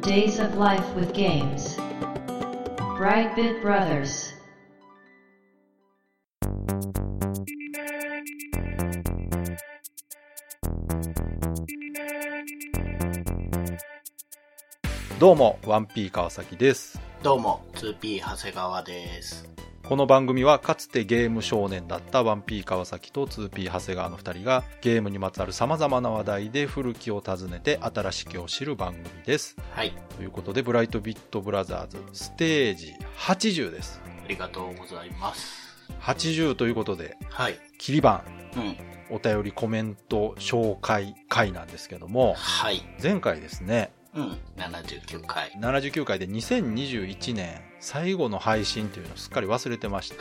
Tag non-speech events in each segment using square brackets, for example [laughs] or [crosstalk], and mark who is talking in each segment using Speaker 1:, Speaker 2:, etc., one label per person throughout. Speaker 1: Days of Life with Games. Brightbit Brothers.
Speaker 2: どうも、1P 川崎です。
Speaker 3: どうも、2P 長谷川です。
Speaker 2: この番組はかつてゲーム少年だった 1P 川崎と 2P 長谷川の2人がゲームにまつわる様々な話題で古きを訪ねて新しきを知る番組です。
Speaker 3: はい、
Speaker 2: ということで、ブライトビットブラザーズステージ80です。
Speaker 3: ありがとうございます。
Speaker 2: 80ということで、
Speaker 3: はい、
Speaker 2: 切り番、
Speaker 3: うん、
Speaker 2: お便りコメント紹介会なんですけども、
Speaker 3: はい、
Speaker 2: 前回ですね、
Speaker 3: うん、79回。
Speaker 2: 79回で2021年最後の配信というのをすっかり忘れてまし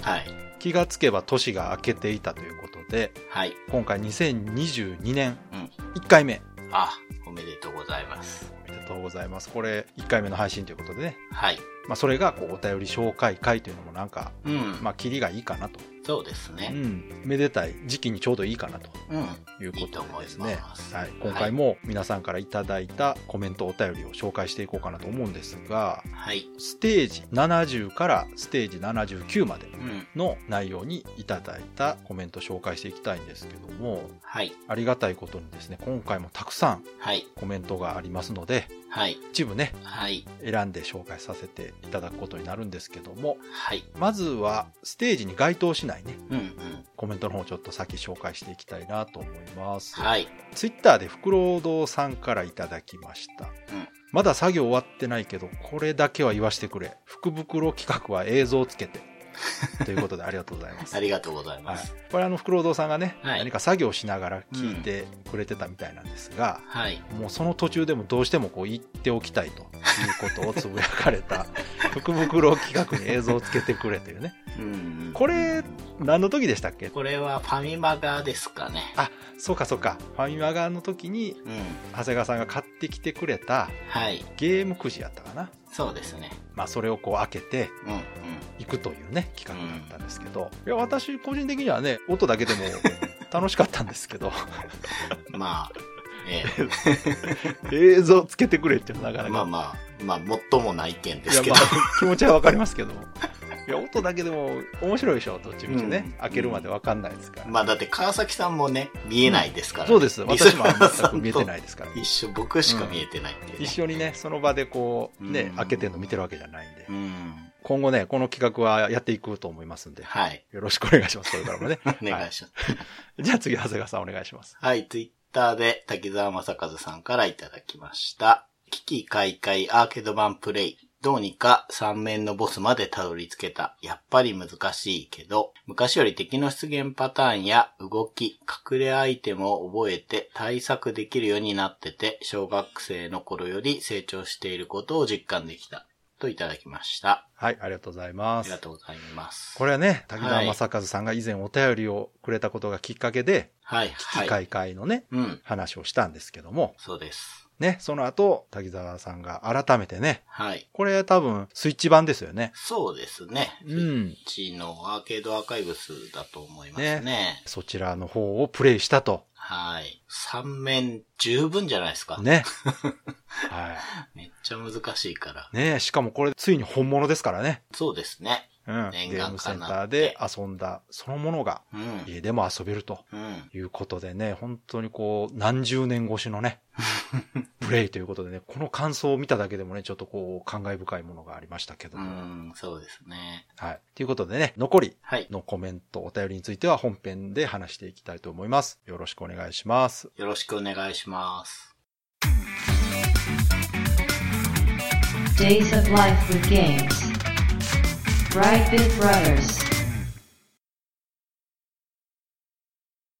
Speaker 2: た。
Speaker 3: はい、
Speaker 2: 気がつけば年が明けていたということで、
Speaker 3: はい、
Speaker 2: 今回2022年
Speaker 3: うん、
Speaker 2: 1回目
Speaker 3: あ、おめでとうございます。
Speaker 2: おめでとうございますこれ1回目の配信ということでね、
Speaker 3: はい、
Speaker 2: まあ、それがこうお便り紹介会というのもなんか
Speaker 3: うん、
Speaker 2: まあキリがいいかなと、
Speaker 3: そうです
Speaker 2: う
Speaker 3: ね。
Speaker 2: ん、めでたい時期にちょうどいいかなと
Speaker 3: うん、
Speaker 2: いうことでです
Speaker 3: い
Speaker 2: ね
Speaker 3: いと思います
Speaker 2: はい、今回も皆さんからいただいたコメントお便りを紹介していこうかなと思うんですが
Speaker 3: はい、
Speaker 2: ステージ70からステージ79まで
Speaker 3: うん、
Speaker 2: の内容にいただいたコメント紹介していきたいんですけども
Speaker 3: はい、
Speaker 2: ありがたいことにですね今回もたくさん
Speaker 3: はい、
Speaker 2: コメントがありますので
Speaker 3: はい、
Speaker 2: 一部ね
Speaker 3: はい、
Speaker 2: 選んで紹介させていただくことになるんですけども
Speaker 3: はい、
Speaker 2: まずはステージに該当しないね
Speaker 3: うん、うん、
Speaker 2: コメントの方をちょっと先紹介していきたいなと思います、
Speaker 3: はい、
Speaker 2: ツイッターでフクロウドさんからいただきました、
Speaker 3: ん
Speaker 2: まだ作業終わってないけどこれだけは言わしてくれ福袋企画は映像をつけ
Speaker 3: [laughs]
Speaker 2: てということでありがとうございます
Speaker 3: ありがとうござい
Speaker 2: は
Speaker 3: ま
Speaker 2: い
Speaker 3: す。、
Speaker 2: これあのフクロウドさんがね、
Speaker 3: はい
Speaker 2: 何か作業しながら聞いてくれてたみたいなんですが、
Speaker 3: はい、
Speaker 2: もうその途中でもどうしてもこう言っておきたいということをつぶやかれた福袋企画に映像をつけてくれというね
Speaker 3: うん、
Speaker 2: これ何の時でしたっけ
Speaker 3: これはファミマガですかね。
Speaker 2: そうかそうかファミマ側の時に
Speaker 3: うん、
Speaker 2: 長谷川さんが買ってきてくれた
Speaker 3: はい、
Speaker 2: ゲームくじやったかな、
Speaker 3: そうですね。
Speaker 2: まあ、それをこう開けて
Speaker 3: うん、うん、
Speaker 2: いくというね企画だったんですけど、いや私個人的にはね音だけでも楽しかったんですけど
Speaker 3: まあ、ええ
Speaker 2: 映像つけてくれっていうのはなかなか
Speaker 3: まあまあ、まあ、もっともない件ですけど
Speaker 2: いや、まあ、 [laughs] 気持ちはわかりますけどいや音だけでも面白いでしょどっちみちね、
Speaker 3: うん
Speaker 2: 開けるまでわかんないですから、
Speaker 3: まあだって川崎さんもね、見えないですか
Speaker 2: [laughs]
Speaker 3: ら、
Speaker 2: そうです
Speaker 3: リス
Speaker 2: 私も
Speaker 3: ナー
Speaker 2: 全
Speaker 3: さんと
Speaker 2: く見えてないですから
Speaker 3: 一緒、僕しか見えてないっていう、ね
Speaker 2: 一緒にねその場でこうね、
Speaker 3: うん
Speaker 2: 開けてるの見てるわけじゃないんで、
Speaker 3: うん。
Speaker 2: 今後ねこの企画はやっていくと思いますんで
Speaker 3: はい。
Speaker 2: よろしくお願いしますこれからも [laughs] ね
Speaker 3: お願いします。
Speaker 2: じゃあ次長谷川さんお願いします
Speaker 3: はい、ツイッターで滝沢正和さんからいただきました。危機開会アーケード版プレイ。どうにか三面のボスまでたどり着けた。やっぱり難しいけど、昔より敵の出現パターンや動き、隠れアイテムを覚えて対策できるようになってて、小学生の頃より成長していることを実感できた。といただきました。
Speaker 2: はいありがとうございま
Speaker 3: あ
Speaker 2: す
Speaker 3: りがとうございます。
Speaker 2: これはね滝
Speaker 3: は
Speaker 2: 沢
Speaker 3: い
Speaker 2: 正和さんが以前お便りをくれたことがきっかけで
Speaker 3: はい、
Speaker 2: 危機
Speaker 3: はい。
Speaker 2: 開会のね、
Speaker 3: うん、
Speaker 2: 話をしたんですけども
Speaker 3: そうです。
Speaker 2: ねその後滝沢さんが改めてね
Speaker 3: はい。
Speaker 2: これ多分スイッチ版ですよね
Speaker 3: そうですね。
Speaker 2: うん。
Speaker 3: うちのアーケードアーカイブスだと思いますね。
Speaker 2: そちらの方をプレイしたと。
Speaker 3: はい。三面十分じゃないですか。 [laughs]
Speaker 2: ね。は
Speaker 3: めっちゃ難しいから。
Speaker 2: い。ねしかもこれついに本物ですからね。
Speaker 3: そうですね。
Speaker 2: うん。ゲ
Speaker 3: 念
Speaker 2: ー
Speaker 3: 願
Speaker 2: ムセ
Speaker 3: か
Speaker 2: ン
Speaker 3: な
Speaker 2: ターで遊んだそのものが
Speaker 3: うん。
Speaker 2: 家でも遊べると
Speaker 3: うん。
Speaker 2: いうことでね、本当にこう何十年越しの
Speaker 3: [laughs]
Speaker 2: ね、プレイということでね、この感想を見ただけでもね、ちょっとこう感慨深いものがありましたけど
Speaker 3: う
Speaker 2: も。
Speaker 3: ん、そうですね。
Speaker 2: はい。ということでね、残り
Speaker 3: はい。
Speaker 2: のコメント、お便りについては本編で話していきたいと思います。よろしくお願いします。
Speaker 3: よろしくお願いします。
Speaker 1: Days of Life with Games. Brightbit Brothers.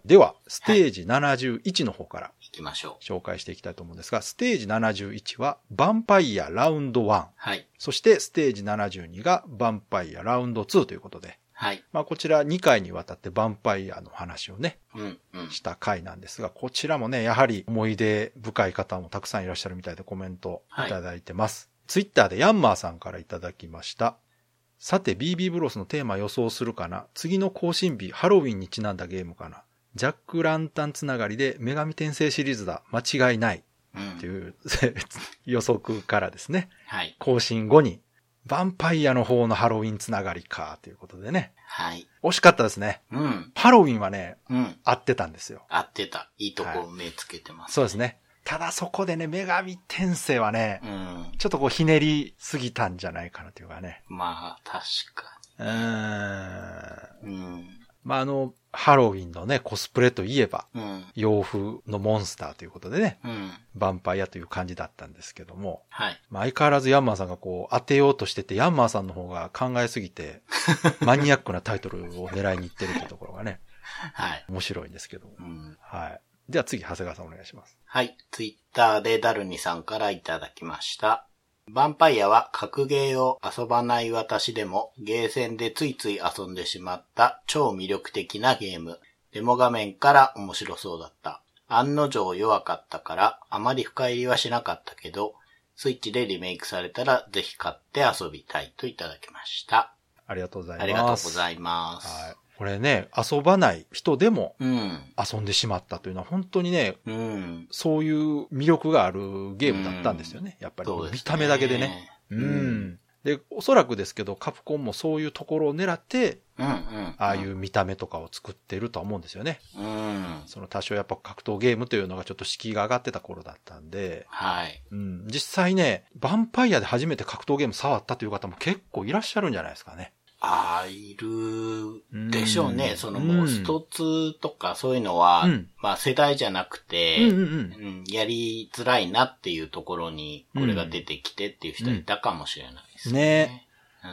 Speaker 2: では、ステージ71の方から
Speaker 3: 行きましょう。
Speaker 2: 紹介していきたいと思うんですが、ステージ71はヴァンパイアラウンド1、
Speaker 3: はい。
Speaker 2: そしてステージ72がヴァンパイアラウンド2ということで、
Speaker 3: はい。
Speaker 2: まあこちら2回にわたってヴァンパイアの話をね、
Speaker 3: うん、うん。
Speaker 2: した回なんですが、こちらもね、やはり思い出深い方もたくさんいらっしゃるみたいでコメントいただいてます。ツイッターでヤンマーさんからいただきました。さて、BB ブロスのテーマ予想するかな次の更新日、ハロウィンにちなんだゲームかなジャック・ランタンつながりで女神転生シリーズだ。間違いない。
Speaker 3: うん
Speaker 2: っていう予測からですね、
Speaker 3: はい。
Speaker 2: 更新後に、ヴァンパイアの方のハロウィンつながりか、ということでね。
Speaker 3: はい。
Speaker 2: 惜しかったですね。
Speaker 3: うん。
Speaker 2: ハロウィンはね、
Speaker 3: うん。
Speaker 2: 合ってたんですよ。
Speaker 3: 合ってた。いいとこ目つけてます。
Speaker 2: そうですね。ただそこでね、女神転生はね、
Speaker 3: うん。
Speaker 2: ちょっとこうひねりすぎたんじゃないかなというかね。
Speaker 3: まあ、確か
Speaker 2: うーん。ま
Speaker 3: に。うん。
Speaker 2: あ、あの、ハロウィンのね、コスプレといえば、
Speaker 3: うん。
Speaker 2: 洋風のモンスターということでね、
Speaker 3: うん。
Speaker 2: ヴァンパイアという感じだったんですけども、
Speaker 3: はい。
Speaker 2: まあ、相変わらずヤンマーさんがこう当てようとしてて、ヤンマーさんの方が考えすぎ [laughs] て、マニアックなタイトルを狙いに行ってるってところがね、
Speaker 3: はい。
Speaker 2: 面白いんですけども。
Speaker 3: うん。
Speaker 2: はい。では次、長谷川さんお願いします。
Speaker 3: はい。ツイッターでダルニさんからいただきました。ヴァンパイアは格ゲーを遊ばない私でもゲーセンでついつい遊んでしまった超魅力的なゲーム。デモ画面から面白そうだった。案の定弱かったからあまり深入りはしなかったけど、スイッチでリメイクされたらぜひ買って遊びたいといただきました。
Speaker 2: ありがとうございます。
Speaker 3: ありがとうございます。
Speaker 2: はい。これね、遊ばない人でも
Speaker 3: うん。
Speaker 2: 遊んでしまったというのは本当にね、
Speaker 3: うん。
Speaker 2: そういう魅力があるゲームだったんですよね。やっぱり、
Speaker 3: そうですね
Speaker 2: 見た目だけでね。。う
Speaker 3: うん
Speaker 2: ん。で、おそらくですけど、カプコンもそういうところを狙って、
Speaker 3: うんうん。
Speaker 2: ああいう見た目とかを作ってるとは思うんですよね。
Speaker 3: うん。
Speaker 2: その多少やっぱ格闘ゲームというのがちょっと敷居が上がってた頃だったんで、
Speaker 3: はい。
Speaker 2: うん、実際ね、ヴァンパイアで初めて格闘ゲーム触ったという方も結構いらっしゃるんじゃないですかね。
Speaker 3: ああ、いるでしょうね。
Speaker 2: うん
Speaker 3: そのもううんスト2とかそういうのは、
Speaker 2: うん
Speaker 3: まあ世代じゃなくて、
Speaker 2: うんうんうん。
Speaker 3: うんやりづらいなっていうところにこれが出てきてっていう人いたかもしれないですね。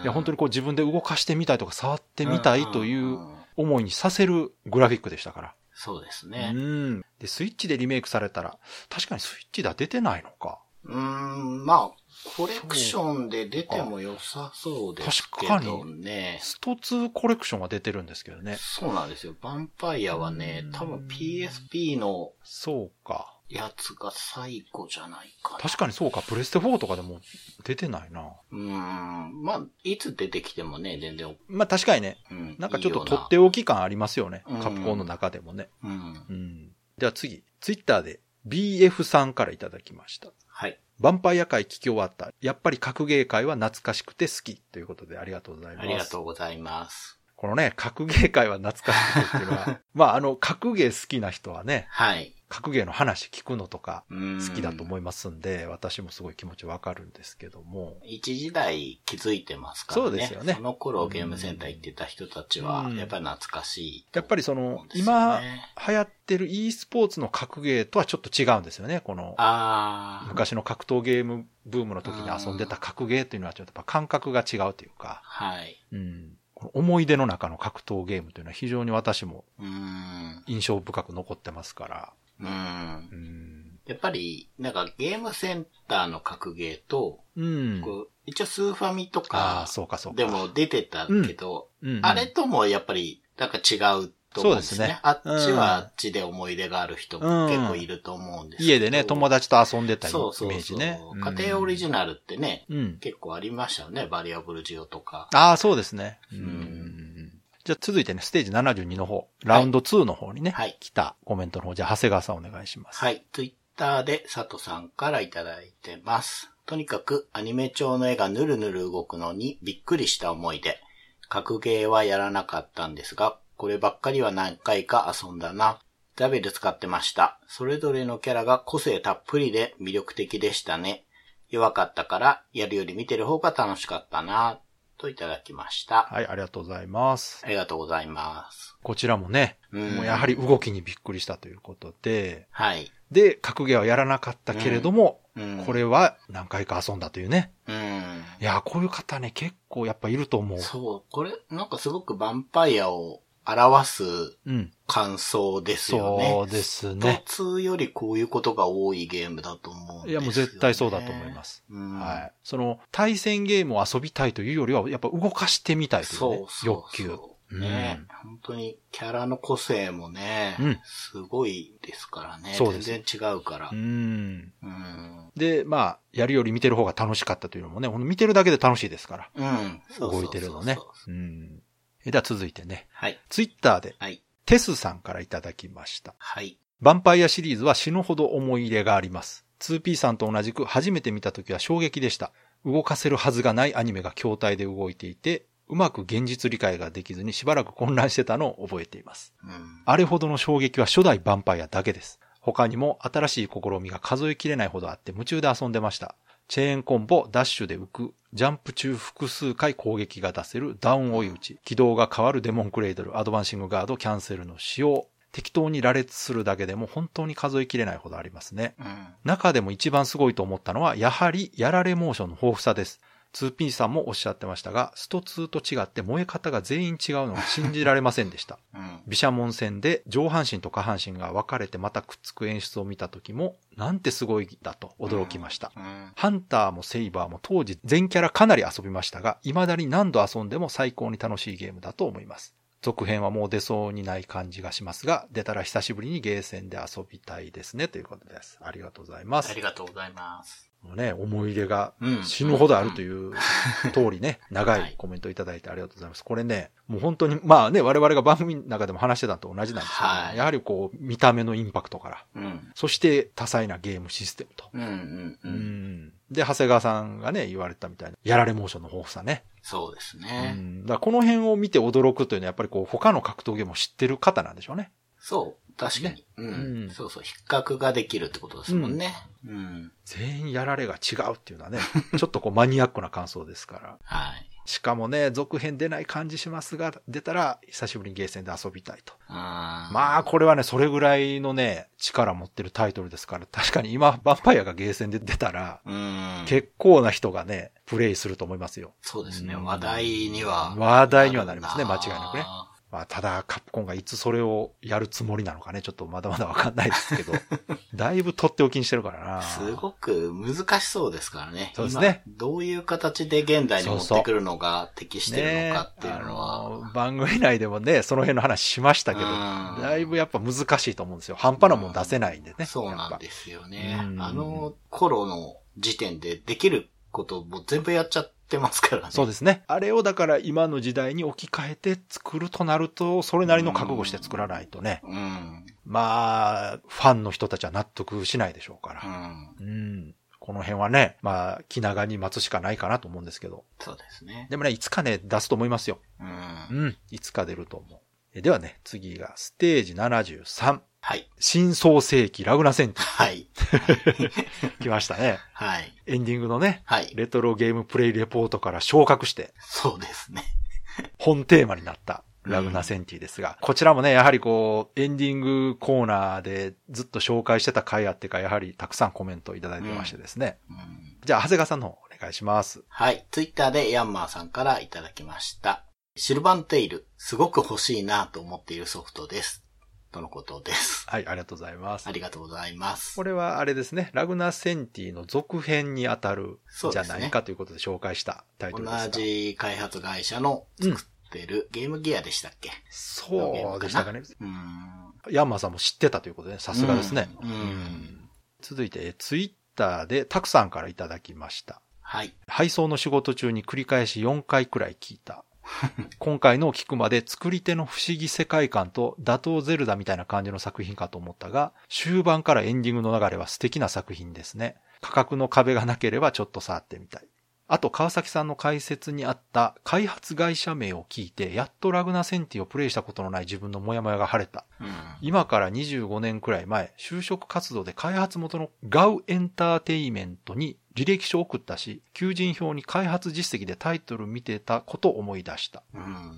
Speaker 2: いや、本当
Speaker 3: に
Speaker 2: にこう自分で動かしてみたいとか触ってみたいという思いにさせるグラフィックでしたか
Speaker 3: そうです
Speaker 2: ら。
Speaker 3: ね
Speaker 2: う。ん。で、スイッチでリメイクされたら、確かにスイッチでは出てないのか。
Speaker 3: うーん、まあ、コレクションで出ても良さそうですけどね。
Speaker 2: スト2コレクションは出てるんですけどね。
Speaker 3: そうなんですよ。ヴァンパイアはね、多分 PSP の
Speaker 2: そうか。
Speaker 3: やつが最後じゃないかな。
Speaker 2: 確かにそうか。プレステ4とかでも出てないな。
Speaker 3: うーん。まあ、いつ出てきてもね、全然、
Speaker 2: まあ確かにね、
Speaker 3: うん。
Speaker 2: なんかちょっと
Speaker 3: いい
Speaker 2: と
Speaker 3: よ
Speaker 2: っておき感ありますよね
Speaker 3: うん。
Speaker 2: カプコンの中でもね。
Speaker 3: うなうん。
Speaker 2: うん。では次、ツイッターで BF さんからいただきました。
Speaker 3: はい。
Speaker 2: ヴァンパイア界聞き終わった。やっぱり格ゲー界は懐かしくて好き。ということでありがとうございます。
Speaker 3: ありがとうございます。
Speaker 2: このね、格ゲー界は懐かしくてっていうのは、 [laughs] まああの、格ゲー好きな人はね、
Speaker 3: はい。
Speaker 2: 格ゲーの話聞くのとか
Speaker 3: うん。
Speaker 2: 好きだと思いますんで、私もすごい気持ちわかるんですけども。
Speaker 3: 一時代気づいてますからね。
Speaker 2: そうですよね
Speaker 3: その頃ゲームセンター行ってた人たちは
Speaker 2: う、ん
Speaker 3: やっぱり懐かしいと
Speaker 2: やっぱりそ
Speaker 3: 思
Speaker 2: の
Speaker 3: うん、ですよね。
Speaker 2: 今流行ってる e スポーツの格ゲーとはちょっと違うんですよね。この
Speaker 3: ああ。
Speaker 2: 昔の格闘ゲームブームの時に遊んでた格ゲーというのはちょっとやっぱ感覚が違うというか、
Speaker 3: はい。
Speaker 2: うん、この思い出の中の格闘ゲームというのは非常に私も
Speaker 3: うーん。
Speaker 2: 印象深く残ってますから、
Speaker 3: うん
Speaker 2: う。ん、
Speaker 3: やっぱり、なんかゲームセンターの格ゲーと、
Speaker 2: うん。
Speaker 3: こう一応スーファミと
Speaker 2: ああ、
Speaker 3: か、
Speaker 2: そうかそうか。
Speaker 3: でも出てたけど、
Speaker 2: うん、
Speaker 3: あれともやっぱり、なんか違うと思うんですね。
Speaker 2: そうですね
Speaker 3: あっちはあっちで思い出がある人も結構いると思うんですけど、
Speaker 2: 家でね、友達と遊んでたイメ
Speaker 3: そうそうそう
Speaker 2: ージね。
Speaker 3: 家庭オリジ
Speaker 2: ナ
Speaker 3: ナルってね、
Speaker 2: ル。うん。
Speaker 3: 結構ありましたよね。バリアブルジオとか。
Speaker 2: ああ、そうですね。うんん。じゃあ続いてね、ステージ72の方、ラウンド2の方にね、
Speaker 3: はい
Speaker 2: 来たコメントの方、じゃあ長谷川さんお願いします。
Speaker 3: はい。ツイッターで佐藤さんからいただいてます。とにかくアニメ調の絵がぬるぬる動くのにびっくりした思い出。格ゲーはやらなかったんですが、こればっかりは何回か遊んだな。ダベル使ってました。それぞれのキャラが個性たっぷりで魅力的でしたね。弱かったから、やるより見てる方が楽しかったな、といただきました。
Speaker 2: はい、ありがとうございます。
Speaker 3: ありがとうございます。
Speaker 2: こちらもね、
Speaker 3: うん
Speaker 2: もうやはり動きにびっくりしたということで、
Speaker 3: はい。
Speaker 2: で、格ゲーはやらなかったけれども、
Speaker 3: うん、
Speaker 2: これ、は何回か遊んだというね。
Speaker 3: うん。
Speaker 2: いやー、こういう方ね、結構やっぱいると思う。
Speaker 3: そう、これ、なんかすごくヴァンパイアを表す
Speaker 2: うん。
Speaker 3: 感想です
Speaker 2: そ
Speaker 3: よね。
Speaker 2: うですね。
Speaker 3: 普通よりこういうことが多いゲームだと思うんですよ、ね。。
Speaker 2: いや、もう絶対そうだと思いますす。
Speaker 3: うん、
Speaker 2: はい。その、対戦ゲームを遊びたいというよりは、やっぱ動かしてみたいという,、ね、
Speaker 3: そうそう
Speaker 2: 欲求。
Speaker 3: そうね、本当にキャラの個性もね、
Speaker 2: うん
Speaker 3: すごいですからね。
Speaker 2: そうです
Speaker 3: 全然違うから
Speaker 2: う。ん。
Speaker 3: うん。
Speaker 2: で、まあ、やるより見てる方が楽しかったというのもね、ほんと見てるだけで楽しいですから。
Speaker 3: うん。そうそうそうそう
Speaker 2: 動いてるのね。うん。えでは続いてね、
Speaker 3: はい。
Speaker 2: ツイッターで、
Speaker 3: はい。
Speaker 2: テスさんからいただきました。
Speaker 3: はい。
Speaker 2: ヴァンパイアシリーズは死ぬほど思い入れがあります。 2P さんと同じく初めて見た時は衝撃でした。動かせるはずがないアニメが筐体で動いていて、うまく現実理解ができずにしばらく混乱してたのを覚えています。
Speaker 3: うん。
Speaker 2: あれほどの衝撃は初代ヴァンパイアだけです。他にも新しい試みが数えきれないほどあって夢中で遊んでました。チェーンコンボ、ダッシュで浮く、ジャンプ中複数回攻撃が出せる、ダウン追い打ち、軌道が変わるデモンクレイドル、アドバンシングガード、キャンセルの使用。適当に羅列するだけでも本当に数えきれないほどありますね。
Speaker 3: うん。
Speaker 2: 中でも一番すごいと思ったのは、やはり、やられモーションの豊富さです。2P さんもおっしゃってましたが、スト2と違って燃え方が全員違うのが信じられませんでした。
Speaker 3: うん。
Speaker 2: 毘沙門戦で上半身と下半身が分かれてまたくっつく演出を見た時も、なんてすごいだと驚きました。
Speaker 3: うん。
Speaker 2: ハンターもセイバーも当時全キャラかなり遊びましたが、未だに何度遊んでも最高に楽しいゲームだと思います。続編はもう出そうにない感じがしますが、出たら久しぶりにゲーセンで遊びたいですね、ということです。ありがとうございま
Speaker 3: あ
Speaker 2: す
Speaker 3: り。がとうございます。
Speaker 2: もうね、思い入れが
Speaker 3: うん。
Speaker 2: 死ぬほどある
Speaker 3: い
Speaker 2: と
Speaker 3: う
Speaker 2: いう通り
Speaker 3: [laughs]
Speaker 2: ね、長
Speaker 3: はい
Speaker 2: いコメントいただいてありがとうございます。これね、もう本当に、まあね、我々が番組の中でも話してたのと同じなんですけど、
Speaker 3: はい
Speaker 2: やはりこう、見た目のインパクトから、
Speaker 3: ん。うん。
Speaker 2: そして多彩なゲームシステムと。
Speaker 3: うんうんう。
Speaker 2: うんん。で、長谷川さんがね、言われたみたいな、やられモーションの豊富さね。
Speaker 3: そうです
Speaker 2: う
Speaker 3: ね。
Speaker 2: ん。だからこの辺を見て驚くというのは、やっぱりこう、他の格闘ゲームを知ってる方なんでしょうね。
Speaker 3: そう。確かに。う
Speaker 2: うん
Speaker 3: ん。そうそう。比較ができるってことですもんね。うん。
Speaker 2: 全員やられが違うっていうのはね、
Speaker 3: [laughs]
Speaker 2: ちょっとこう、マニアックな感想ですから。
Speaker 3: はい。
Speaker 2: しかもね、続編出ない感じしますが、出たら久しぶりにゲーセンで遊びたいと。
Speaker 3: あー
Speaker 2: まあ、これはね、それぐらいのね、力持ってるタイトルですから、確かに今、ヴァンパイアがゲーセンで出たら、
Speaker 3: うん。
Speaker 2: 結構な人がね、プレイすると思いますよ。
Speaker 3: そうですね。
Speaker 2: うん
Speaker 3: 話題には。
Speaker 2: 話題にはなりますね、間違いなくね。
Speaker 3: あ
Speaker 2: まあ、ただ、カプコンがいつそれをやるつもりなのかね、ちょっとまだまだわかんないです
Speaker 3: [laughs]
Speaker 2: けど、だいぶとっておきにしてるからな。
Speaker 3: ーすごく難しそうですからね。
Speaker 2: そうですね
Speaker 3: 今どういう形で現代に持ってくるのが適してるのかっていうのは。
Speaker 2: ねあの番組内でもね、その辺の話しましたけど、
Speaker 3: うん
Speaker 2: だいぶやっぱ難しいと思うんですよ。半端なもん出せないんでね。
Speaker 3: そうな
Speaker 2: や
Speaker 3: ん
Speaker 2: っぱ
Speaker 3: ですよね
Speaker 2: う。ん
Speaker 3: あの頃の時点でできることも全部やっちゃってますからね。
Speaker 2: そうですね。あれをだから今の時代に置き換えて作るとなると、それなりの覚悟して作らないとね。
Speaker 3: うん。
Speaker 2: まあ、ファンの人たちは納得しないでしょうか
Speaker 3: う
Speaker 2: ら。
Speaker 3: ん。
Speaker 2: うん。この辺はね、まあ、気長に待つしかないかなと思うんですけど。
Speaker 3: そうですね。
Speaker 2: でもね、いつかね、出すと思いますよ。
Speaker 3: う。
Speaker 2: うんん。いつか出ると思う。えではね、次がステージ73。
Speaker 3: はい。
Speaker 2: 新創世紀ラグナセンテ
Speaker 3: はい。
Speaker 2: ィ来ました
Speaker 3: [laughs]
Speaker 2: ね。
Speaker 3: はい。
Speaker 2: エンディングのね、
Speaker 3: はい。
Speaker 2: レトロゲームプレイレポートから昇格して、
Speaker 3: そうですね。
Speaker 2: 本テーマになったラグナセンティですが、こちらもね、やはりこう、エンディングコーナーでずっと紹介してた回あってか、やはりたくさんコメントをいただいてましてですね。
Speaker 3: うん
Speaker 2: じゃあ、長谷川さんの方お願いします。
Speaker 3: はい。ツイッターでヤンマーさんからいただきました。シルバンテイル、すごく欲しいなと思っているソフトです。とのことです。
Speaker 2: はい、ありがとうございます
Speaker 3: あ。りがとうございます
Speaker 2: こ。れはあれですね、ラグナセンティの続編にあたる
Speaker 3: そう
Speaker 2: じゃ
Speaker 3: ですね
Speaker 2: ないかということで紹介したタイト
Speaker 3: 同
Speaker 2: ルですが。
Speaker 3: じ開発会社の
Speaker 2: うん。
Speaker 3: 出るゲームギアでしたっけ
Speaker 2: そうでしたかね。
Speaker 3: うーん。
Speaker 2: ヤンマーさんも知ってたということで、さすがですね。
Speaker 3: うんうん。
Speaker 2: 続いて、えツイッターでたくさんからいただきました。
Speaker 3: はい。
Speaker 2: 配送の仕事中に繰り返し4回くらい聞いた。今回のを聞くまで作り手の不思議世界観と打倒ゼルダみたいな感じの作品かと思ったが、終盤からエンディングの流れは素敵な作品ですね。価格の壁がなければちょっと触ってみたい。あと川崎さんの解説にあった開発会社名を聞いて、やっとラグナセンティをプレイしたことのない自分のモヤモヤが晴れた。
Speaker 3: うん。
Speaker 2: 今から25年くらい前、就職活動で開発元のガウエンターテイメントに履歴書を送ったし、求人票に開発実績でタイトル見てたことを思い出した。
Speaker 3: うん。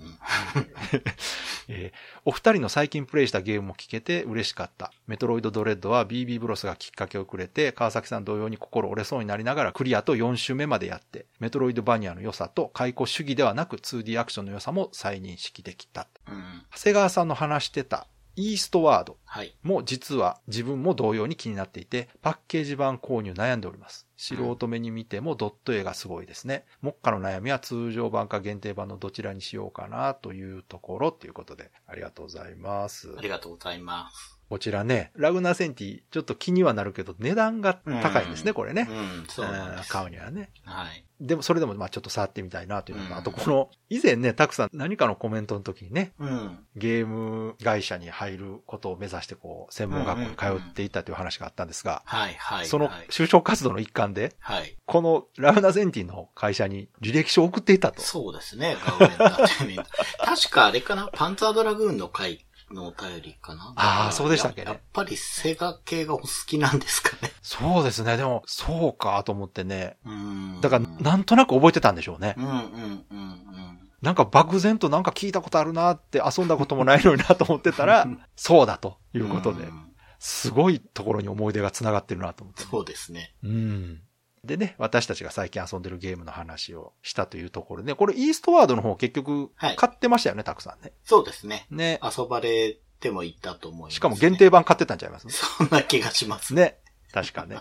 Speaker 2: えーお二人の最近プレイしたゲームも聞けて嬉しかった。メトロイドドレッドは BB ブロスがきっかけをくれて、川崎さん同様に心折れそうになりながらクリアと4周目までやって、メトロイドバニアの良さと解雇主義ではなく 2D アクションの良さも再認識できた。
Speaker 3: うん。
Speaker 2: 長谷川さんの話してた、イーストワード。
Speaker 3: はい。
Speaker 2: も実は自分も同様に気になっていて、パッケージ版購入悩んでおります。素人目に見てもドット絵がすごいですね。目下の悩みは通常版か限定版のどちらにしようかなというところということで、ありがとうございます
Speaker 3: あ。りがとうございます。
Speaker 2: おこちらね、ラグナーセンティ、ちょっと気にはなるけど、値段が高いんですね、
Speaker 3: うん
Speaker 2: これね。
Speaker 3: うん、そうなんです。
Speaker 2: 買うにはね。
Speaker 3: はい。
Speaker 2: でも、それでも、まあちょっと触ってみたいなというのが、
Speaker 3: うん
Speaker 2: あとこの、以前ね、たくさん何かのコメントの時にね、
Speaker 3: うん。
Speaker 2: ゲーム会社に入ることを目指して、こう、専門学校に通っていたという話があったんですが、
Speaker 3: はい、はい。
Speaker 2: その
Speaker 3: はい。
Speaker 2: 就職活動の一環で、
Speaker 3: はい。
Speaker 2: このラウナゼンティの会社に履歴書を送っていたと。
Speaker 3: そうですね、ガウエンターテイメン
Speaker 2: [laughs]
Speaker 3: ト。確かあれかなパンツァードラグーンの回のお便りかな
Speaker 2: あーそうでしたっけ
Speaker 3: ややっぱりセガ系がお好きなんですかね。
Speaker 2: そうですね。でも、そうかと思ってね。
Speaker 3: うん。
Speaker 2: だから、なんとなく覚えてたんでしょうね
Speaker 3: う。んうんうんうん。
Speaker 2: なんか漠然となんか聞いたことあるなって遊んだこともないのになと思ってた [laughs] ら、そうだということで
Speaker 3: う、ん
Speaker 2: すごいところに思い出が繋がってるなと思って。
Speaker 3: そうですね。
Speaker 2: うん。でね、私たちが最近遊んでるゲームの話をしたというところで、ね、これイーストワードの方結局
Speaker 3: はい
Speaker 2: 買ってましたよね、たくさんね。
Speaker 3: そうですね。
Speaker 2: ね。
Speaker 3: 遊ばれてもいたと思います、ね。
Speaker 2: しかも限。定版買ってたんちゃいます
Speaker 3: そんな気がしますね。
Speaker 2: ね。確かね。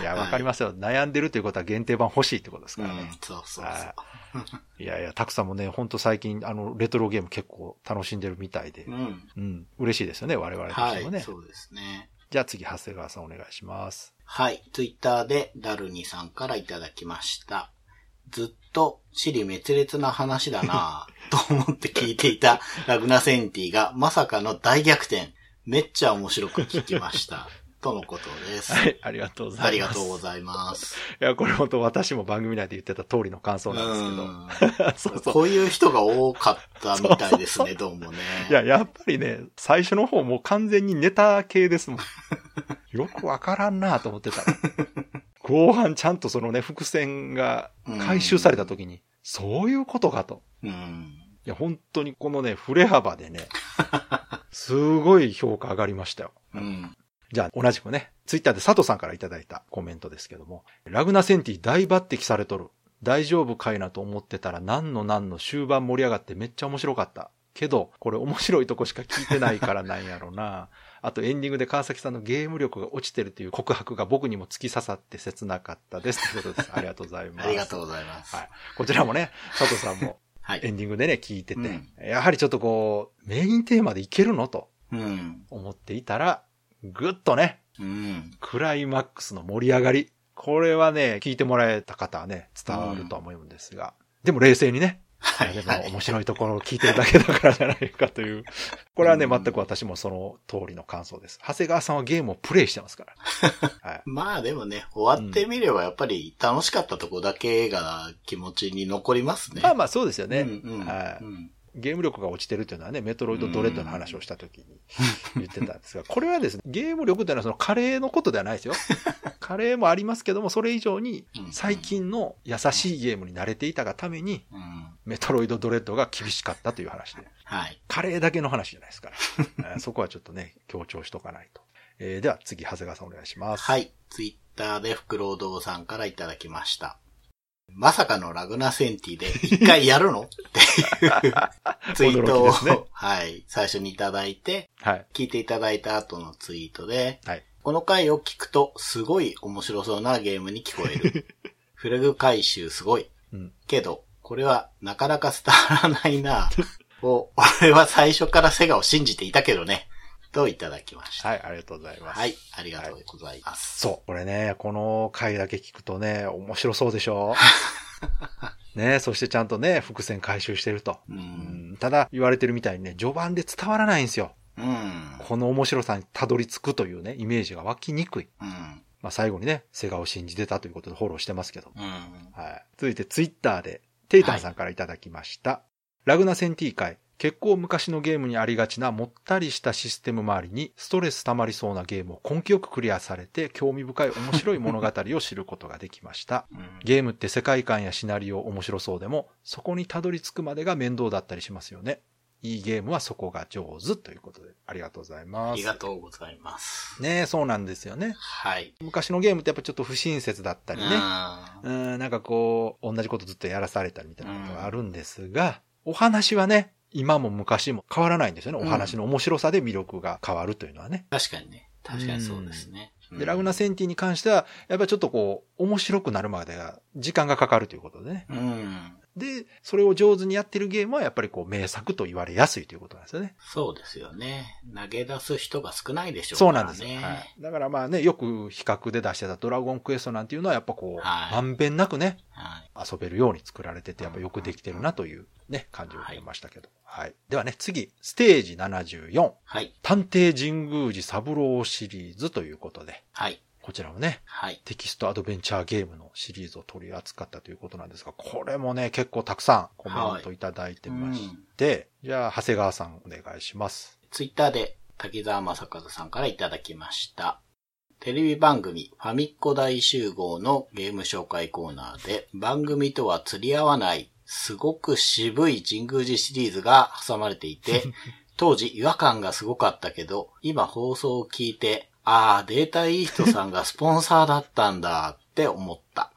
Speaker 2: いや、わかりますよ。悩んでるということは限定版欲しいってことです
Speaker 3: う
Speaker 2: からね。
Speaker 3: ん、そうそう
Speaker 2: はい
Speaker 3: そ
Speaker 2: いやいや、たくさんもね、ほんと最近、あの、レトロゲーム結構楽しんでるみたいで、
Speaker 3: う。う
Speaker 2: うん、
Speaker 3: ん。
Speaker 2: 嬉しいですよね、我々とし
Speaker 3: は
Speaker 2: ても
Speaker 3: い、
Speaker 2: ね。
Speaker 3: そうですね。
Speaker 2: じゃあ次、長谷川さんお願いします。
Speaker 3: はい。ツイッターでダルニさんからいただきました。ずっと、シリ滅裂な話だな
Speaker 2: [laughs]
Speaker 3: ぁ、と思って聞いていたラグナセンティが、まさかの大逆転。めっちゃ面白く聞きました。とのことです。
Speaker 2: はい、ありがとうございます。
Speaker 3: ありがとうございます。
Speaker 2: いや、これ本当私も番組内で言ってた通りの感想なんですけど。 [laughs] そうそう。
Speaker 3: こういう人が多かったみたいですね、どうもね。
Speaker 2: いや、やっぱりね、最初の方もう完全にネタ系ですもん。
Speaker 3: [laughs]
Speaker 2: よくわからんなと思ってたら。後半ちゃんとそのね、伏線が回収された時に、そういうことかと。
Speaker 3: うん。
Speaker 2: いや、本当にこのね、振れ幅で
Speaker 3: [laughs]
Speaker 2: ね、すごい評価上がりましたよ。
Speaker 3: うん。
Speaker 2: じゃあ、同じくね、ツイッターで佐藤さんからいただいたコメントですけども、ラグナセンティ大抜擢されとる。大丈夫かいなと思ってたら、何の何の終盤盛り上がってめっちゃ面白かった。けど、これ面白いとこしか聞いてないからなんやろな。 [laughs] あとエンディングで川崎さんのゲーム力が落ちてるという告白が僕にも突き刺さって切なかったです。ということです。ありがとうございます。
Speaker 3: ありがとうございます。
Speaker 2: はいこちらもね、佐藤さんも
Speaker 3: はい。
Speaker 2: エンディングでね、聞いてて、
Speaker 3: うん
Speaker 2: やはりちょっとこう、メインテーマでいけるのと
Speaker 3: うん。
Speaker 2: 思っていたら、ぐっとね、
Speaker 3: うん。
Speaker 2: クライマックスの盛り上がり。これはね、聞いてもらえた方はね、伝わるとは思うんですが。でも冷静にね、
Speaker 3: はいい。
Speaker 2: や
Speaker 3: は
Speaker 2: でも
Speaker 3: い。
Speaker 2: 面白いところを聞いてるだけだからじゃないかという。これはね、
Speaker 3: うん
Speaker 2: 全く私もその通りの感想です。長谷川さんはゲームをプレイしてますから。はい。
Speaker 3: まあでもね、終わってみればやっぱり楽しかったとこだけが気持ちに残りますね。
Speaker 2: まあまあそうですよね。
Speaker 3: うんうん
Speaker 2: は
Speaker 3: う
Speaker 2: い。
Speaker 3: ん
Speaker 2: ゲーム力が落ちてるというのはね、メトロイドドレッドの話をした時に言ってたんですが、これはですね、ゲーム力というのはそのカレーのことではない
Speaker 3: [laughs]
Speaker 2: ですよ。カレーもありますけども、それ以上に
Speaker 3: うん
Speaker 2: 最近の優しいゲームに慣れていたがために、
Speaker 3: うん
Speaker 2: メトロイドドレッドが厳しかったという話で、
Speaker 3: はい。
Speaker 2: カレーだけの話じゃないです
Speaker 3: [laughs]
Speaker 2: から、えーそこはちょっとね、強調しとかないと。えーでは次、長谷川さんお願いします。
Speaker 3: はい。ツイッターで福労堂さんからいただきました。まさかのラグナセンティで一回やるの
Speaker 2: [laughs]
Speaker 3: っていうツイート
Speaker 2: 驚
Speaker 3: を、
Speaker 2: きですね
Speaker 3: はい。最初にいただいて、
Speaker 2: はい。
Speaker 3: 聞いていただいた後のツイートで、
Speaker 2: はい。
Speaker 3: この回を聞くとすごい面白そうなゲームに聞こえ
Speaker 2: [laughs]
Speaker 3: る。フラグ回収すごい。
Speaker 2: うん。
Speaker 3: けど、これはなかなか伝わらないな。を、俺は最初からセガを信じていたけどね。といただきました。
Speaker 2: はい、ありがとうございます。
Speaker 3: はい。ありがとうございます。
Speaker 2: そう。これね、この回だけ聞くとね、面白そうでし
Speaker 3: [laughs]
Speaker 2: ょね、そしてちゃんとね、伏線回収してると。
Speaker 3: う。
Speaker 2: うんんただ、言われてるみたいにね、序盤で伝わらないんですよ。
Speaker 3: うん。
Speaker 2: この面白さにたどり着くというね、イメージが湧きにくい。
Speaker 3: うん。
Speaker 2: まあ最後にね、セガを信じてたということでフォローしてますけど。
Speaker 3: うん。
Speaker 2: はい。続いてツイッターで、テイタンさんからいただきました。ラグナセンティ会。結構昔のゲームにありがちなもったりしたシステム周りにストレス溜まりそうなゲームを根気よくクリアされて興味深い面白い物語を知ることができました。
Speaker 3: うん
Speaker 2: ゲームって世界観やシナリオ面白そうでもそこにたどり着くまでが面倒だったりしますよね。いいゲームはそこが上手ということでありがとうござい
Speaker 3: あ
Speaker 2: ま
Speaker 3: り
Speaker 2: す。
Speaker 3: がとうございます。
Speaker 2: ねえ、そうなんですよね。
Speaker 3: はい。
Speaker 2: 昔のゲームってやっぱちょっと不親切だったりね。
Speaker 3: う
Speaker 2: うん、なんかこう、同じことずっとやらされたりみたいなことがあるんですが、お話はね、今も昔も変わらないんですよね。お話の面白さで魅力が変わるというのはね。
Speaker 3: ん確かにね。確かにそうですね。う
Speaker 2: で、
Speaker 3: ん
Speaker 2: ラグナセンティに関しては、やっぱりちょっとこう、面白くなるまでが、時間がかかるということでね。
Speaker 3: うん。
Speaker 2: で、それを上手にやってるゲームはやっぱりこう名作と言われやすいということなんですよね。
Speaker 3: そうですよね。投げ出す人が少ないでしょう
Speaker 2: そうな
Speaker 3: か
Speaker 2: ん
Speaker 3: らね。
Speaker 2: ですよ、はい。だからまあね、よく比較で出してたドラゴンクエストなんていうのはやっぱこう、
Speaker 3: はい
Speaker 2: まんべんなくね、
Speaker 3: はい。
Speaker 2: 遊べるように作られてて、やっぱよくできてるなというね、感じを受けましたけど。はい。ではね、次、ステージ74、
Speaker 3: はい。
Speaker 2: 探偵神宮寺三郎シリーズということで、
Speaker 3: はい。
Speaker 2: こちらもね、
Speaker 3: はい。
Speaker 2: テキストアドベンチャーゲームのシリーズを取り扱ったということなんですが、これもね、結構たくさんコメントいただいてまして、じゃあ、長谷川さんお願いします。
Speaker 3: ツイッターで滝沢正和さんからいただきました。テレビ番組ファミッコ大集合のゲーム紹介コーナーで番組とは釣り合わないすごく渋い神宮寺シリーズが挟まれてい [laughs] て当時違和感がすごかったけど今放送を聞いてあーデータイーストさんがスポンサーだったんだって思 [laughs] った。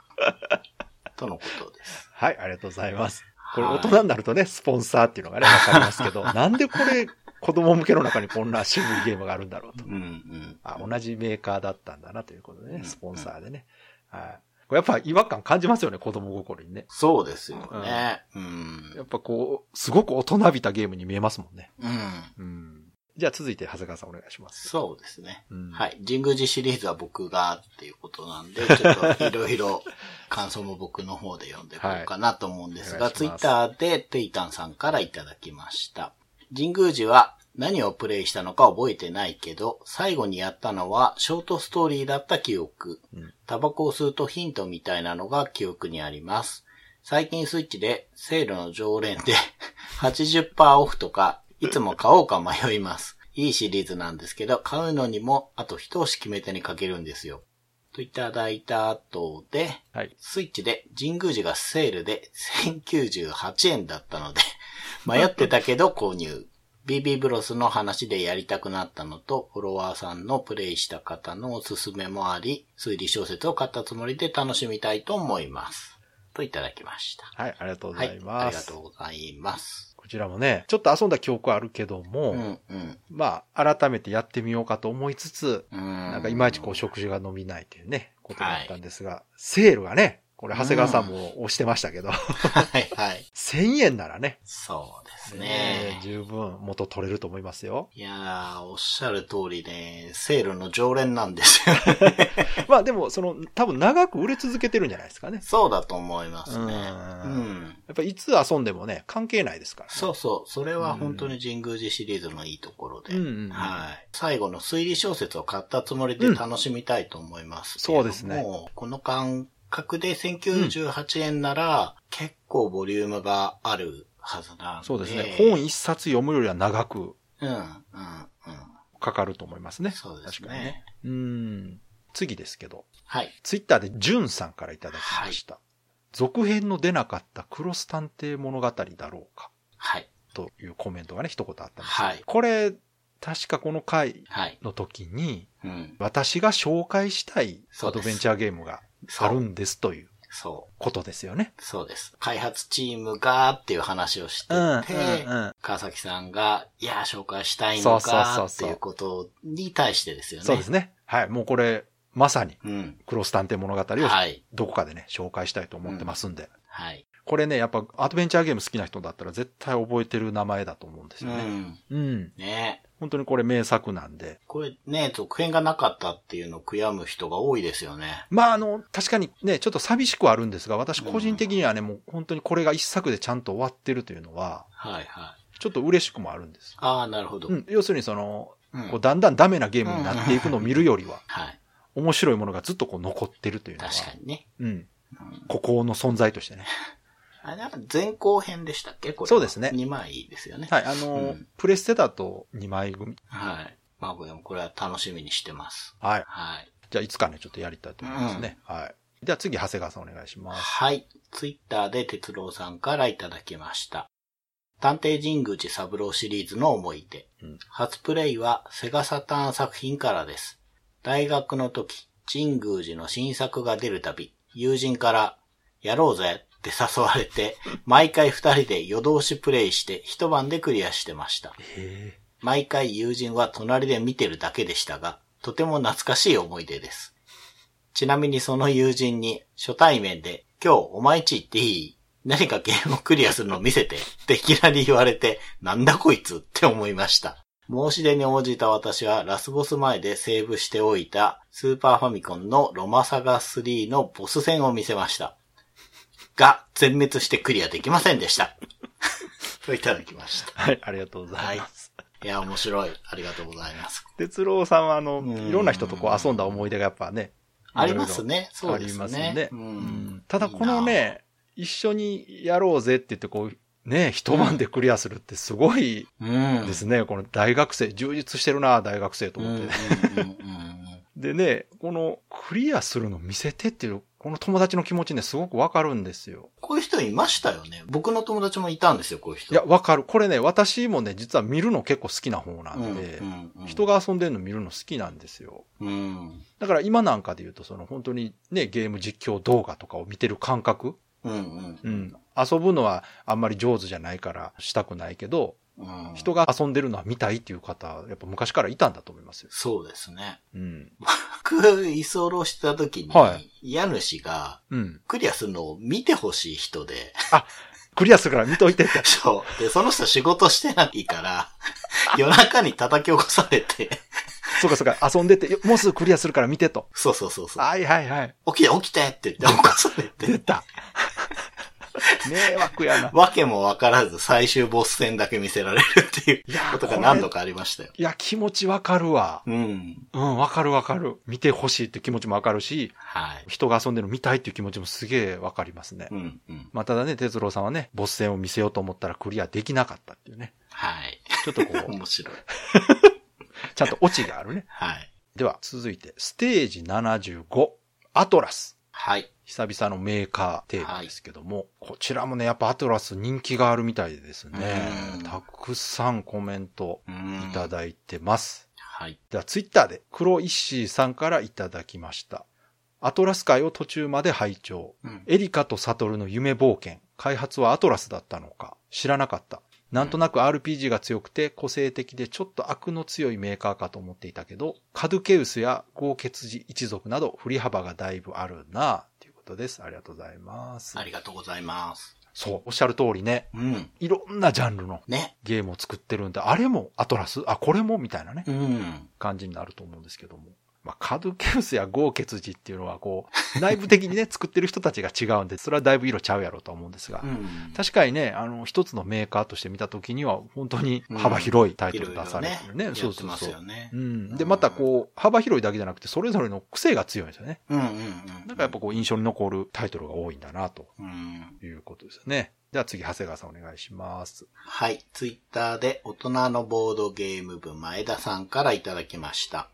Speaker 3: とのことです。
Speaker 2: はい、ありがとうございます。これ
Speaker 3: はい
Speaker 2: 大人になるとね、スポンサーっていうのがね、わかります [laughs] けど、なんでこれ子供向けの中にこんな渋いゲームがあるんだろうと
Speaker 3: う。んうん。
Speaker 2: あ、同じメーカーだったんだなということで
Speaker 3: うん
Speaker 2: ね、スポンサーでね。はい。これやっぱ違和感感じますよね、子供心にね。
Speaker 3: そうですよね。うん
Speaker 2: やっぱこう、すごく大人びたゲームに見えますもんね。
Speaker 3: うん
Speaker 2: うん。じゃあ続いて、長谷川さんお願いします。
Speaker 3: そうですね。
Speaker 2: うん
Speaker 3: はい。神宮寺シリーズは僕がっていうことなんで、ちょっといろいろ感想も僕の方で読んでいこうかなと思うんですが、
Speaker 2: はいお願い
Speaker 3: ツ
Speaker 2: し
Speaker 3: イッ
Speaker 2: ます
Speaker 3: ターでテイタンさんからいただきました。神宮寺は何をプレイしたのか覚えてないけど、最後にやったのはショートストーリーだった記憶。
Speaker 2: うん
Speaker 3: タバコを吸うとヒントみたいなのが記憶にあります。最近スイッチでセールの常連で [laughs] 80%オフとかいつも買おうか迷います。いいシリーズなんですけど、買うのにもあと一押し決め手にかけるんですよ。といただいた後で、
Speaker 2: はい。
Speaker 3: スイッチで神宮寺がセールで1098円だったので、 [laughs] 迷ってたけど購入。BB ブロスの話でやりたくなったのと、フォロワーさんのプレイした方のおすすめもあり、推理小説を買ったつもりで楽しみたいと思います。といただきました。
Speaker 2: はい、ありがとうご
Speaker 3: は
Speaker 2: ざ
Speaker 3: い
Speaker 2: い、
Speaker 3: あ
Speaker 2: ま
Speaker 3: りが
Speaker 2: す。
Speaker 3: とうございます。
Speaker 2: こちらもね、ちょっと遊んだ記憶はあるけども、
Speaker 3: うん、うん。
Speaker 2: まあ、改めてやってみようかと思いつつ、
Speaker 3: な
Speaker 2: なんかいまいちこう食事が伸びないというね、ことだったんですが、セールがね、これ長谷川さんも押してましたけど、
Speaker 3: はい、はい。
Speaker 2: 1000円ならね、
Speaker 3: そうですね
Speaker 2: えー。十分元取れると思いますよ。 [laughs]
Speaker 3: いやー、おっしゃる通りね、セールの常連なんですよ。 [laughs]
Speaker 2: まあでも、その、多分長く売れ続けてるんじゃないですかね。
Speaker 3: そうだと思いますね。
Speaker 2: う
Speaker 3: う
Speaker 2: んん。やっぱいつ遊んでもね、関係ないですから、ね。
Speaker 3: そうそう。それは本当に神宮寺シリーズのいいところで。
Speaker 2: うんうんうん
Speaker 3: はい。最後の推理小説を買ったつもりで楽しみたいと思いますけ
Speaker 2: うん
Speaker 3: れども、
Speaker 2: そうですね
Speaker 3: もうこの感覚で1098円なら、結構ボリュームがあるはずなんで。
Speaker 2: そうですね。本一冊読むよりは長く
Speaker 3: うん、うん、うん。
Speaker 2: かかると思いますね。
Speaker 3: そうです
Speaker 2: 確
Speaker 3: ね
Speaker 2: かにね。うん。次ですけど、
Speaker 3: はい。
Speaker 2: ツイッターでジュンさんからいただきました。続編の出なかったクロス探偵物語だろうか。
Speaker 3: はい。
Speaker 2: というコメントがね、一言あったんですけど
Speaker 3: はい。
Speaker 2: これ、確かこの回
Speaker 3: はい。
Speaker 2: の時に、
Speaker 3: うん。
Speaker 2: 私が紹介したい
Speaker 3: そ
Speaker 2: ア
Speaker 3: うで
Speaker 2: ド
Speaker 3: す
Speaker 2: ベンチャーゲームがあるんですという
Speaker 3: そう。
Speaker 2: ことですよね。
Speaker 3: そうです。開発チームがっていう話をしてて、
Speaker 2: うん
Speaker 3: 川崎さんが、いや、紹介したい
Speaker 2: そ
Speaker 3: の
Speaker 2: うそうそ
Speaker 3: か
Speaker 2: う
Speaker 3: って
Speaker 2: そう
Speaker 3: いうことに対してですよね。
Speaker 2: そうです
Speaker 3: ね。
Speaker 2: ね。はい。もうこれ、まさに、
Speaker 3: うん。
Speaker 2: クロス探偵物語を
Speaker 3: はい。
Speaker 2: どこかでね、紹介したいと思ってますんで。
Speaker 3: はい。
Speaker 2: これね、やっぱアドベンチャーゲーム好きな人だったら絶対覚えてる名前だと思うんです
Speaker 3: う
Speaker 2: よね。
Speaker 3: ん。
Speaker 2: うん。
Speaker 3: ね
Speaker 2: 本当にこれ名作なんで。
Speaker 3: これね、続編がなかったっていうのを悔やむ人が多いですよね。
Speaker 2: まあ、あの、確かにね、ちょっと寂しくはあるんですが、私個人的にはね、もう本当にこれが一作でちゃんと終わってるというのは、
Speaker 3: はいはい。
Speaker 2: ちょっと嬉しくもあるんです。
Speaker 3: ああ、なるほど。
Speaker 2: うん。要するにその、
Speaker 3: うん
Speaker 2: こうだんだんダメなゲームになっていくのを見るよりは、
Speaker 3: はい。
Speaker 2: 面白いものがずっとこう残ってるというのは、
Speaker 3: 確かにね。
Speaker 2: うん。孤高の存在としてね。
Speaker 3: あれ、なんか前後編でしたっけこれは。
Speaker 2: そうですね
Speaker 3: 2枚ですよね。
Speaker 2: はい、あの、
Speaker 3: うん
Speaker 2: プレステだと2枚組。
Speaker 3: はい。まあ、でもこれは楽しみにしてます。
Speaker 2: はい。
Speaker 3: はい。
Speaker 2: じゃあ、いつかね、ちょっとやりたいと思いますね。はい。では次、長谷川さんお願いします。
Speaker 3: はい。ツイッターで哲郎さんからいただきました。探偵神宮寺三郎シリーズの思い出。
Speaker 2: うん
Speaker 3: 初プレイはセガサターン作品からです。大学の時、神宮寺の新作が出るたび、友人から、やろうぜって誘わ
Speaker 2: [laughs]
Speaker 3: れて、毎回二人で夜通しプレイして一晩でクリアしてました。
Speaker 2: へ
Speaker 3: 毎回友人は隣で見てるだけでしたが、とても懐かしい思い出です。ちなみにその友人に初対面で、今日お前んち行っていい何かゲームをクリアするのを見せて、っていきなり言われて、なんだこいつって思いました。申し出に応じた私はラスボス前でセーブしておいたスーパーファミコンのロマサガ3のボス戦を見せました。が、全滅してクリアできませんでした。 [laughs] といただきました。
Speaker 2: はい、ありがとうございます。
Speaker 3: いや、面白い。ありがとうございます。
Speaker 2: 哲郎さんは、あの、
Speaker 3: うん
Speaker 2: いろんな人とこう遊んだ思い出がやっぱね、
Speaker 3: あります
Speaker 2: ね。
Speaker 3: ね。そうですね。
Speaker 2: ありますね
Speaker 3: う
Speaker 2: うん
Speaker 3: ん、
Speaker 2: ただこの
Speaker 3: いいな、
Speaker 2: ね、一緒にやろうぜって言って、こう、ね、一晩でクリアするってすごい
Speaker 3: うん。
Speaker 2: ですね。この大学生、充実してるな、大学生と
Speaker 3: うんうん
Speaker 2: 思っ
Speaker 3: うん
Speaker 2: て
Speaker 3: う
Speaker 2: ね。
Speaker 3: ん
Speaker 2: でね、このクリアするの見せてっていう、この友達の気持ちね、すごくわかるんですよ。
Speaker 3: こういう人いましたよね。僕の友達もいたんですよ、こういう人。
Speaker 2: いや、わかる。これね、私もね、実は見るの結構好きな方なんで、
Speaker 3: うんうんうん、
Speaker 2: 人が遊んでるの見るの好きなんですよ。
Speaker 3: うん。
Speaker 2: だから今なんかで言うと、その本当にね、ゲーム実況動画とかを見てる感覚、
Speaker 3: うんうん
Speaker 2: うん、遊ぶのはあんまり上手じゃないからしたくないけど、
Speaker 3: うん。
Speaker 2: 人が遊んでるのは見たいっていう方、やっぱ昔からいたんだと思いますよ。
Speaker 3: そうですね。
Speaker 2: うん。
Speaker 3: 僕、居候してた時に、
Speaker 2: は
Speaker 3: 家主が
Speaker 2: うん。
Speaker 3: クリアするのを見てほしい人で、 [laughs]
Speaker 2: クリアするから見といてって。
Speaker 3: そう。で、その人仕事してないから、夜中に叩き起こされて、
Speaker 2: そうかそうか、遊んでて、よもうすぐクリアするから見てと。
Speaker 3: そうそうそうそう。
Speaker 2: はいはいはい。
Speaker 3: 起きて起きてって言って起こされ
Speaker 2: 出
Speaker 3: て、
Speaker 2: た。迷惑やな。
Speaker 3: わけもわからず最終ボス戦だけ見せられるっていう
Speaker 2: いやー
Speaker 3: こと
Speaker 2: こ
Speaker 3: が
Speaker 2: れ
Speaker 3: 何度かありましたよ。
Speaker 2: いや、気持ちわかるわ。
Speaker 3: うん。
Speaker 2: うん、わかるわかる。見てほしいって気持ちもわかるし、
Speaker 3: はい。
Speaker 2: 人が遊んでるの見たいっていう気持ちもすげえわかりますね。
Speaker 3: うんうん。
Speaker 2: まあ、ただね、哲郎さんはね、ボス戦を見せようと思ったらクリアできなかったっていうね。
Speaker 3: はい。
Speaker 2: ちょっとこう、
Speaker 3: 面白い。
Speaker 2: ちゃんとオチがあるね。
Speaker 3: はい。
Speaker 2: では、続いて、ステージ75、アトラス。
Speaker 3: はい。
Speaker 2: 久々のメーカーテーマですけども、こちらもね、やっぱアトラス人気があるみたいでですね
Speaker 3: う、ん
Speaker 2: たくさんコメント
Speaker 3: い
Speaker 2: いただいてます。
Speaker 3: はい。
Speaker 2: では、ツイッターで、黒石井さんからいただきました。アトラス会を途中まで拝聴。
Speaker 3: うん。
Speaker 2: エリカとサトルの夢冒険。開発はアトラスだったのか知らなかった。なんとなく RPG が強くて個性的でちょっと悪の強いメーカーかと思っていたけど、カドケウスや豪傑寺一族など振り幅がだいぶあるなあということです。ありがとうございます。
Speaker 3: ありがとうございます。
Speaker 2: そう、おっしゃる通りね、
Speaker 3: うん。
Speaker 2: いろんなジャンルの
Speaker 3: ね。
Speaker 2: ゲームを作ってるんで、あれもアトラスあ、これもみたいなね。
Speaker 3: うん。
Speaker 2: 感じになると思うんですけども。まあ、カドケウスや豪傑寺っていうのは、こう、内部的にね、作ってる人たちが違うんで、それはだいぶ色ちゃうやろうとは思うんですが、
Speaker 3: うん。
Speaker 2: 確かにね、あの、一つのメーカーとして見たときには、本当に幅広いタイト
Speaker 3: いろ
Speaker 2: ル
Speaker 3: い
Speaker 2: 出
Speaker 3: ろ
Speaker 2: され
Speaker 3: ね
Speaker 2: て。るね。
Speaker 3: や
Speaker 2: そう
Speaker 3: って
Speaker 2: そう
Speaker 3: ます
Speaker 2: そう。
Speaker 3: よね
Speaker 2: う。ん。で、またこう、幅広いだけじゃなくて、それぞれの癖が強いんですよね。
Speaker 3: うんうんうん。
Speaker 2: だからやっぱこう、印象に残るタイトルが多いんだな、と
Speaker 3: うん。
Speaker 2: いうことですよね。では次、長谷川さんお願いします。
Speaker 3: はい。ツイッターで大人のボードゲーム部前田さんからいただきました。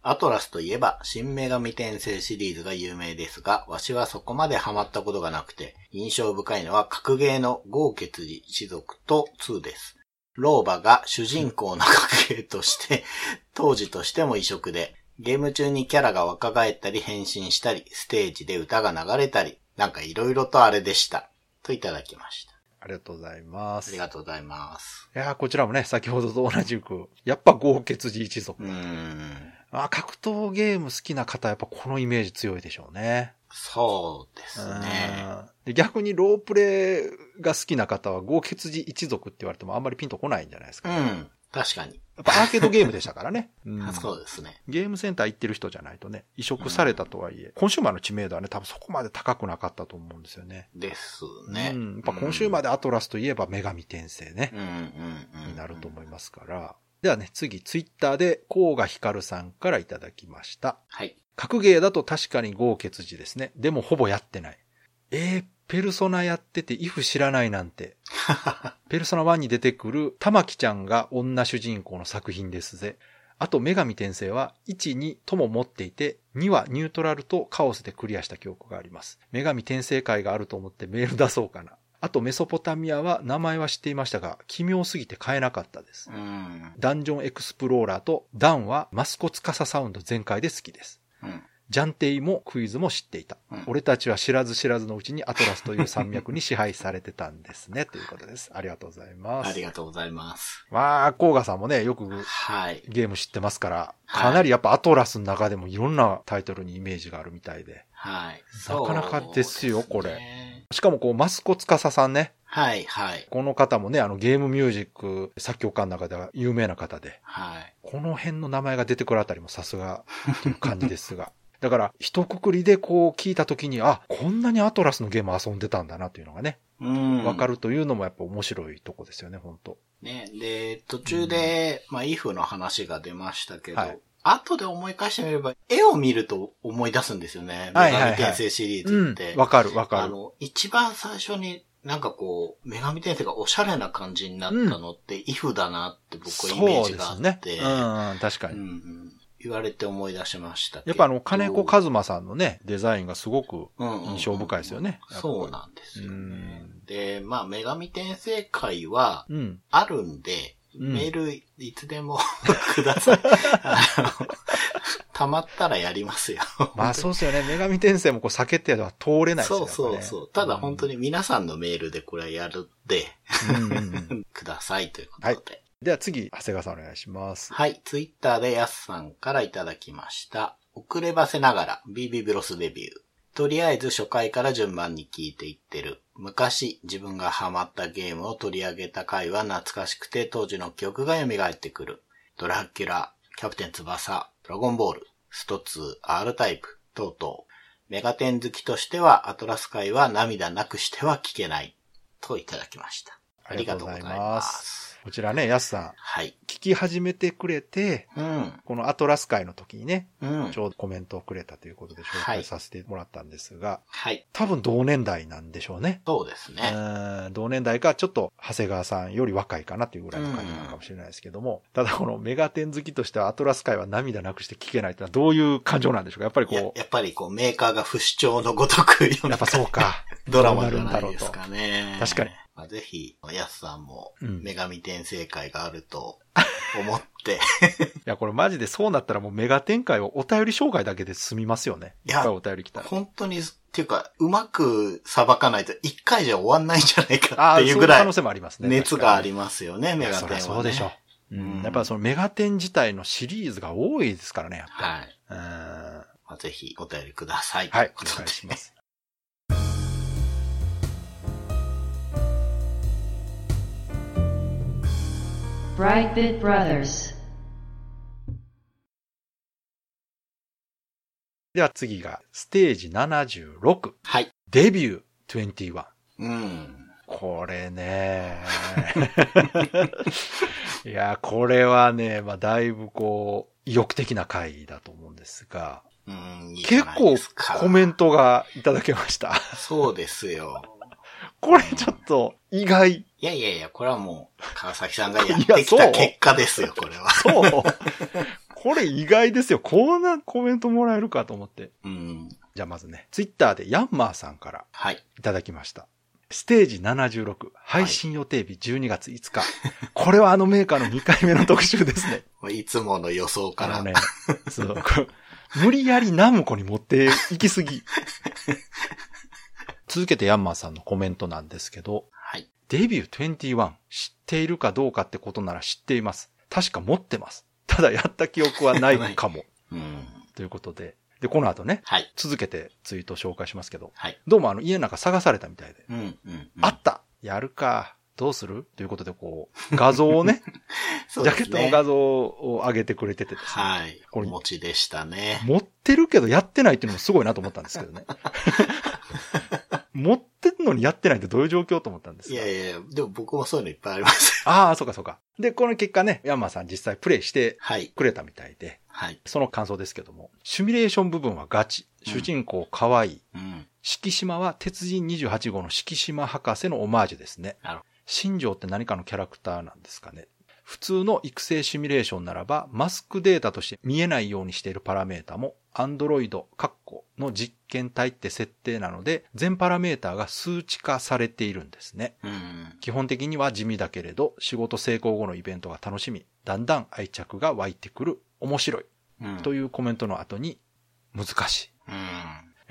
Speaker 3: アトラスといえば、新女神転生シリーズが有名ですが、わしはそこまでハマったことがなくて、印象深いのは格ゲーの豪傑寺一族と2です。老婆が主人公の格ゲーとして、 [laughs] 当時としても異色で、ゲーム中にキャラが若返ったり変身したり、ステージで歌が流れたり、なんか色々とあれでした。といただきました。
Speaker 2: ありがとうございます。
Speaker 3: ありがとうございます。
Speaker 2: いやーこちらもね、先ほどと同じく、やっぱ豪傑寺一族
Speaker 3: う。ん。
Speaker 2: あ格闘ゲーム好きな方、やっぱこのイメージ強いでしょうね。
Speaker 3: そうですね。
Speaker 2: うんで逆にロープレイが好きな方は、豪傑寺一族って言われてもあんまりピンとこないんじゃないです
Speaker 3: う
Speaker 2: か。やっ
Speaker 3: ん。確かに。
Speaker 2: ぱアーケードゲームでしたから
Speaker 3: [laughs]
Speaker 2: ね。うん
Speaker 3: あそうですね。
Speaker 2: ゲームセンター行ってる人じゃないとね、移植されたとはいえ、コンシューマーの知名度はね、多分そこまで高くなかったと思うんですよね。
Speaker 3: ですね。
Speaker 2: うん。やっぱコンシューマーでアトラスといえば女神転生ね。
Speaker 3: うんうんうん。
Speaker 2: になると思い
Speaker 3: す。
Speaker 2: ますから。ではね、次、ツイッターで、甲賀ひかるさんからいただきました。
Speaker 3: はい。
Speaker 2: 格ゲーだと確かに豪傑寺ですね。でもほぼやってない。えー、ペルソナやってて、イフ知らないなんて。ペルソナ1に出てくる玉木ちゃんが女主人公の作品ですぜ。あと、女神転生は1、2とも持っていて、2はニュートラルとカオスでクリアした記憶があります。女神転生会があると思ってメール出そうかな。あと、メソポタミアは名前は知っていましたが、奇妙すぎて買えなかったです
Speaker 3: う。ん。
Speaker 2: ダンジョンエクスプローラーとダンはマスコツカササウンド全開で好きです。
Speaker 3: うん。
Speaker 2: ジャンテイもクイズも知っていた。
Speaker 3: うん
Speaker 2: 俺たちは知らず知らずのうちにアトラスという山脈に支配されてたんですね。ということです。ありがとうございます。
Speaker 3: ありがとうございます。
Speaker 2: まあ、甲賀さんもね、よく
Speaker 3: はい。
Speaker 2: ゲーム知ってますから、
Speaker 3: はい
Speaker 2: かなりやっぱアトラスの中でもいろんなタイトルにイメージがあるみたいで。
Speaker 3: はい。
Speaker 2: なかなかですよ
Speaker 3: そうね
Speaker 2: しかもこう、マスコ司さんね。
Speaker 3: はい、はい、
Speaker 2: この方もね、あのゲームミュージック作曲家の中では有名な方で、
Speaker 3: はい。
Speaker 2: この辺の名前が出てくるあたりもさすがっていう感じですが。 [laughs] だから、一括りでこう聞いた時に、あ、こんなにアトラスのゲーム遊んでたんだなっていうのがね、
Speaker 3: うん。
Speaker 2: わかるというのもやっぱ面白いとこですよね、本当
Speaker 3: ね、で、途中で、まあ、イフの話が出ましたけど、
Speaker 2: はい
Speaker 3: 後で思い返してみれば、絵を見ると思い出すんですよね。
Speaker 2: はいはいはい
Speaker 3: 女神転生シリー
Speaker 2: う
Speaker 3: ズっ
Speaker 2: ん
Speaker 3: て。。
Speaker 2: わかる、わか
Speaker 3: あ
Speaker 2: る。
Speaker 3: の、一番最初になんかこう、女神転生がおしゃれな感じになったのって、イフだなって僕はイメ
Speaker 2: そ
Speaker 3: ー
Speaker 2: う
Speaker 3: ジ
Speaker 2: で
Speaker 3: があ
Speaker 2: す
Speaker 3: っ
Speaker 2: ね
Speaker 3: て。。
Speaker 2: うんうん、確か
Speaker 3: う
Speaker 2: に。
Speaker 3: んうん言われて思い出しましたけど。
Speaker 2: やっぱあの、金子和馬さんのね、デザインがすごく印
Speaker 3: 印
Speaker 2: 象深いですよね。やっぱり
Speaker 3: そうなんですよね
Speaker 2: うん。
Speaker 3: で、まあ、女神転生会は
Speaker 2: うん。
Speaker 3: あるんで、
Speaker 2: うん
Speaker 3: メールいつでも [laughs] ください。あの、溜まったらやりますよ。
Speaker 2: まあそうですよね。女神転生もこう避けては通れないですよね。
Speaker 3: そうそうそう。ただ本当に皆さんのメールでこれはやるんで、
Speaker 2: うん。うんうん
Speaker 3: [laughs]
Speaker 2: うん
Speaker 3: くださいということ
Speaker 2: はい
Speaker 3: で。
Speaker 2: では次、長谷川さんお願いします。
Speaker 3: はい、ツイッターでやすさんからいただきました。遅ればせながら BB ブロスレビュー。とりあえず初回から順番に聞いていってる。昔自分がハマったゲームを取り上げた回は懐かしくて当時の記憶が蘇ってくる。ドラキュラ、キャプテン翼、ドラゴンボール、スト2、R タイプ、等々。メガテン好きとしてはアトラス回は涙なくしては聞けない。といただきました。ありがとうござい
Speaker 2: ありがとうござい
Speaker 3: ま
Speaker 2: ますす。こちらね、やすさ
Speaker 3: はい。
Speaker 2: ん、聞き始めてくれて、
Speaker 3: うん。
Speaker 2: このアトラス会の時にね、
Speaker 3: うん
Speaker 2: ち。ょうどコメントをくれたということで紹
Speaker 3: はい
Speaker 2: 介させてもらったんですが、
Speaker 3: はい。
Speaker 2: 多分同年代なんでしょうね。
Speaker 3: そうですね。
Speaker 2: うん同年代か、ちょっと長谷川さんより若いかなっていうぐらいの感じなのかもしれないですけども、ただこのメガテン好きとしてはアトラス界は涙なくして聞けないってのはどういう感情なんでしょうかやっぱり
Speaker 3: やや
Speaker 2: こう、
Speaker 3: っぱりこうメーカーが不死鳥のごとくよう
Speaker 2: や
Speaker 3: な
Speaker 2: っぱそうか。
Speaker 3: [laughs] ドラマじ
Speaker 2: どう
Speaker 3: ゃ
Speaker 2: な
Speaker 3: な
Speaker 2: るんだろ
Speaker 3: い
Speaker 2: う
Speaker 3: で
Speaker 2: と
Speaker 3: すかね。
Speaker 2: 確かに。
Speaker 3: まあ、ぜひ、ヤスさんも、
Speaker 2: うん
Speaker 3: 女神転生会があると
Speaker 2: [laughs]
Speaker 3: 思って、
Speaker 2: いや、これマジでそうなったらもうメガ展開をお便り紹介だけで済みますよね。
Speaker 3: いや
Speaker 2: っぱお便り来たら。
Speaker 3: 本当に、っていうか、うまく裁かないと一回じゃ終わんないんじゃないか
Speaker 2: あ
Speaker 3: っ
Speaker 2: あ、
Speaker 3: て
Speaker 2: そう
Speaker 3: い
Speaker 2: いうう
Speaker 3: ぐら
Speaker 2: 可
Speaker 3: い
Speaker 2: 能、性もありますね。
Speaker 3: 熱があ
Speaker 2: り
Speaker 3: りますよね、女
Speaker 2: ま
Speaker 3: 神
Speaker 2: す
Speaker 3: 転生は、ね。
Speaker 2: そうでしょう。う
Speaker 3: うん
Speaker 2: ん、やっぱりそのメガテン自体のシリーズが多いですからね。
Speaker 3: はい。
Speaker 2: うん。は
Speaker 3: まあ、ぜひ、お便りください。
Speaker 2: い、お願
Speaker 3: とうことで
Speaker 2: いします。
Speaker 1: Brightbit Brothers.
Speaker 2: では次が、ステージ76、
Speaker 3: はい。
Speaker 2: デビュー21。
Speaker 3: うん。
Speaker 2: これ [laughs] ね。いや、これはね、まあ、だいぶこう、意欲的な回だと思うんですが、
Speaker 3: うん、いいじゃ
Speaker 2: 結
Speaker 3: ない
Speaker 2: 構
Speaker 3: ですか
Speaker 2: コメントがいただけました。
Speaker 3: そうですよ。
Speaker 2: これちょっと意外。
Speaker 3: いやいやいや、これはもう、川崎さんがやってきた結果ですよ、これは。
Speaker 2: そう。 [laughs] これ意外ですよ。こんなコメントもらえるかと思って。
Speaker 3: うん。
Speaker 2: じゃあまずね、ツイッターでヤンマーさんから
Speaker 3: はい。
Speaker 2: いただきました。ステージ76、配信予定日12月5日。これはあのメーカーの2回目の特集ですね。
Speaker 3: いつもの予想
Speaker 2: [laughs]
Speaker 3: か
Speaker 2: あ
Speaker 3: ら。
Speaker 2: のね、そう、こう無理やりナムコに持って行きすぎ。続けてヤンマーさんのコメントなんですけど、
Speaker 3: はい。
Speaker 2: デビュー21知っているかどうかってことなら知っています。確か持ってます。ただやった記憶は [laughs] ないかも。
Speaker 3: うん。
Speaker 2: ということで。で、この後ね、
Speaker 3: はい。
Speaker 2: 続けてツイート紹介しますけど、
Speaker 3: はい。
Speaker 2: どうもあの家の中探されたみたいで、
Speaker 3: うん、うんうん。
Speaker 2: あったやるかどうするということで、こう、 [laughs] 画像をね、
Speaker 3: [laughs] そう
Speaker 2: ジ
Speaker 3: で
Speaker 2: ャケ
Speaker 3: す
Speaker 2: ッ
Speaker 3: ね
Speaker 2: トの画像を上げてくれててですね、
Speaker 3: はい。
Speaker 2: こ
Speaker 3: お
Speaker 2: れ
Speaker 3: 持ちでしたね。
Speaker 2: 持ってるけどやってないっていうのもすごいなと思ったんですけど
Speaker 3: [laughs]
Speaker 2: ね。持ってんのにやってないってどういう状況と思ったんです
Speaker 3: い
Speaker 2: か
Speaker 3: やいやいや、でも僕もそういうのいっぱいあります。 [laughs]
Speaker 2: ああ、そうかそうか。で、この結果ね、ヤンマーさん実際プレイして
Speaker 3: はい。
Speaker 2: くれたみたいで、
Speaker 3: はい。
Speaker 2: その感想ですけども、シミュレーション部分はガチ、主人公可愛い、
Speaker 3: うん。
Speaker 2: 敷島は鉄人28号の敷島博士のオマージュですね
Speaker 3: なるほ。
Speaker 2: 新庄って何かのキャラクターなんですかね。普通の育成シミュレーションならば、マスクデータとして見えないようにしているパラメータも、アンドロイド、カッコの実験体って設定なので、全パラメータが数値化されているんですね。
Speaker 3: うん。
Speaker 2: 基本的には地味だけれど、仕事成功後のイベントが楽しみ、だんだん愛着が湧いてくる、面白い、
Speaker 3: うん。
Speaker 2: というコメントの後に、難しい。
Speaker 3: うん。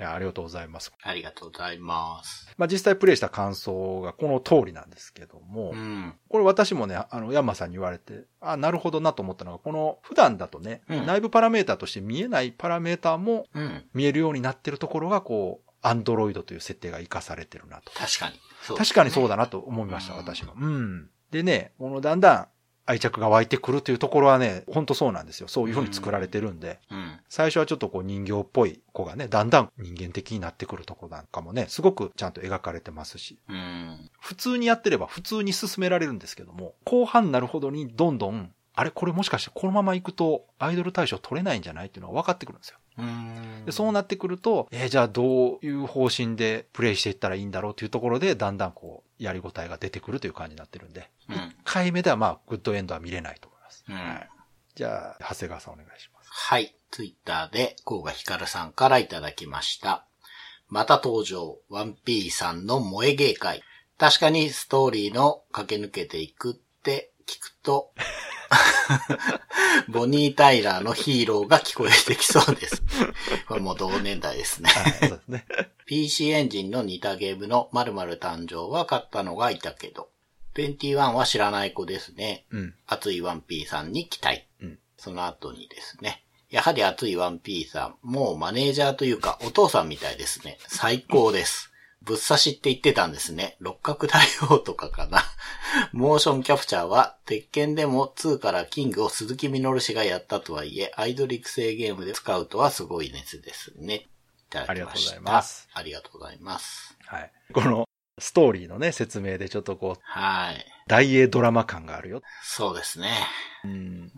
Speaker 2: いや、ありがとうございます。
Speaker 3: ありがとうございます。
Speaker 2: まあ、実際プレイした感想がこの通りなんですけども、
Speaker 3: うん。
Speaker 2: これ私もね、あの、ヤンマさんに言われて、あ、なるほどなと思ったのが、この普段だとね、
Speaker 3: うん
Speaker 2: 内部パラメータとして見えないパラメータも
Speaker 3: うん。
Speaker 2: 見えるようになってるところが、こう、アンドロイドという設定が活かされてるなと。
Speaker 3: 確かに。そ
Speaker 2: 確かにそう
Speaker 3: だ。
Speaker 2: だなと思いました、
Speaker 3: うん
Speaker 2: 私は。うん。でね、このだんだん愛着が湧いてくるというところはね、ほんとそうなんですよ。そういうふうに作られてるんで、
Speaker 3: うん。
Speaker 2: 最初はちょっとこう人形っぽい子がね、だんだん人間的になってくるところなんかもね、すごくちゃんと描かれてますし、
Speaker 3: うん。
Speaker 2: 普通にやってれば普通に進められるんですけども、後半になるほどにどんどん、あれこれもしかしてこのまま行くとアイドル大賞取れないんじゃないっていうのが分かってくるんですよ。
Speaker 3: うん
Speaker 2: で、そうなってくると、えーじゃあどういう方針でプレイしていったらいいんだろうっていうところで、だんだんこう、やりごたえが出てくるという感じになってるんで、
Speaker 3: うん。うん。
Speaker 2: 1回目ではまあ、グッドエンドは見れないと思います。
Speaker 3: はい。
Speaker 2: じゃあ、長谷川さんお願いします。
Speaker 3: はい。ツイッターで、甲賀ひかるさんからいただきました。また登場、ワンピーさんの萌え芸会。確かにストーリーの駆け抜けていくって聞くと、 [laughs] ボニー・タイラーのヒーローが聞こえてきそうです。これもう同年代ですね。
Speaker 2: はい、そうですね。
Speaker 3: PC エンジンの似たゲームの〇〇誕生は買ったのがいたけど、21は知らない子ですね。
Speaker 2: [laughs] うん。
Speaker 3: 熱いワンピーさんに期待。
Speaker 2: うん
Speaker 3: その後にですね。やはり熱いワンピーさん、もうマネージャーというかお父さんみたいですね。最高です。ぶっ刺しって言ってたんですね。六角大王とかかな。モーションキャプチャーは、鉄拳でも2からキングを鈴木みのる氏がやったとはいえ、アイドル育成ゲームで使うとはすごい熱ですね。いただき
Speaker 2: あ
Speaker 3: ました。
Speaker 2: りがとうございます。
Speaker 3: ありがとうございます。
Speaker 2: はい。この、ストーリーのね、説明でちょっとこう、
Speaker 3: はい。
Speaker 2: 大英ドラマ感があるよ。
Speaker 3: そうですね。
Speaker 2: うん。
Speaker 3: うん。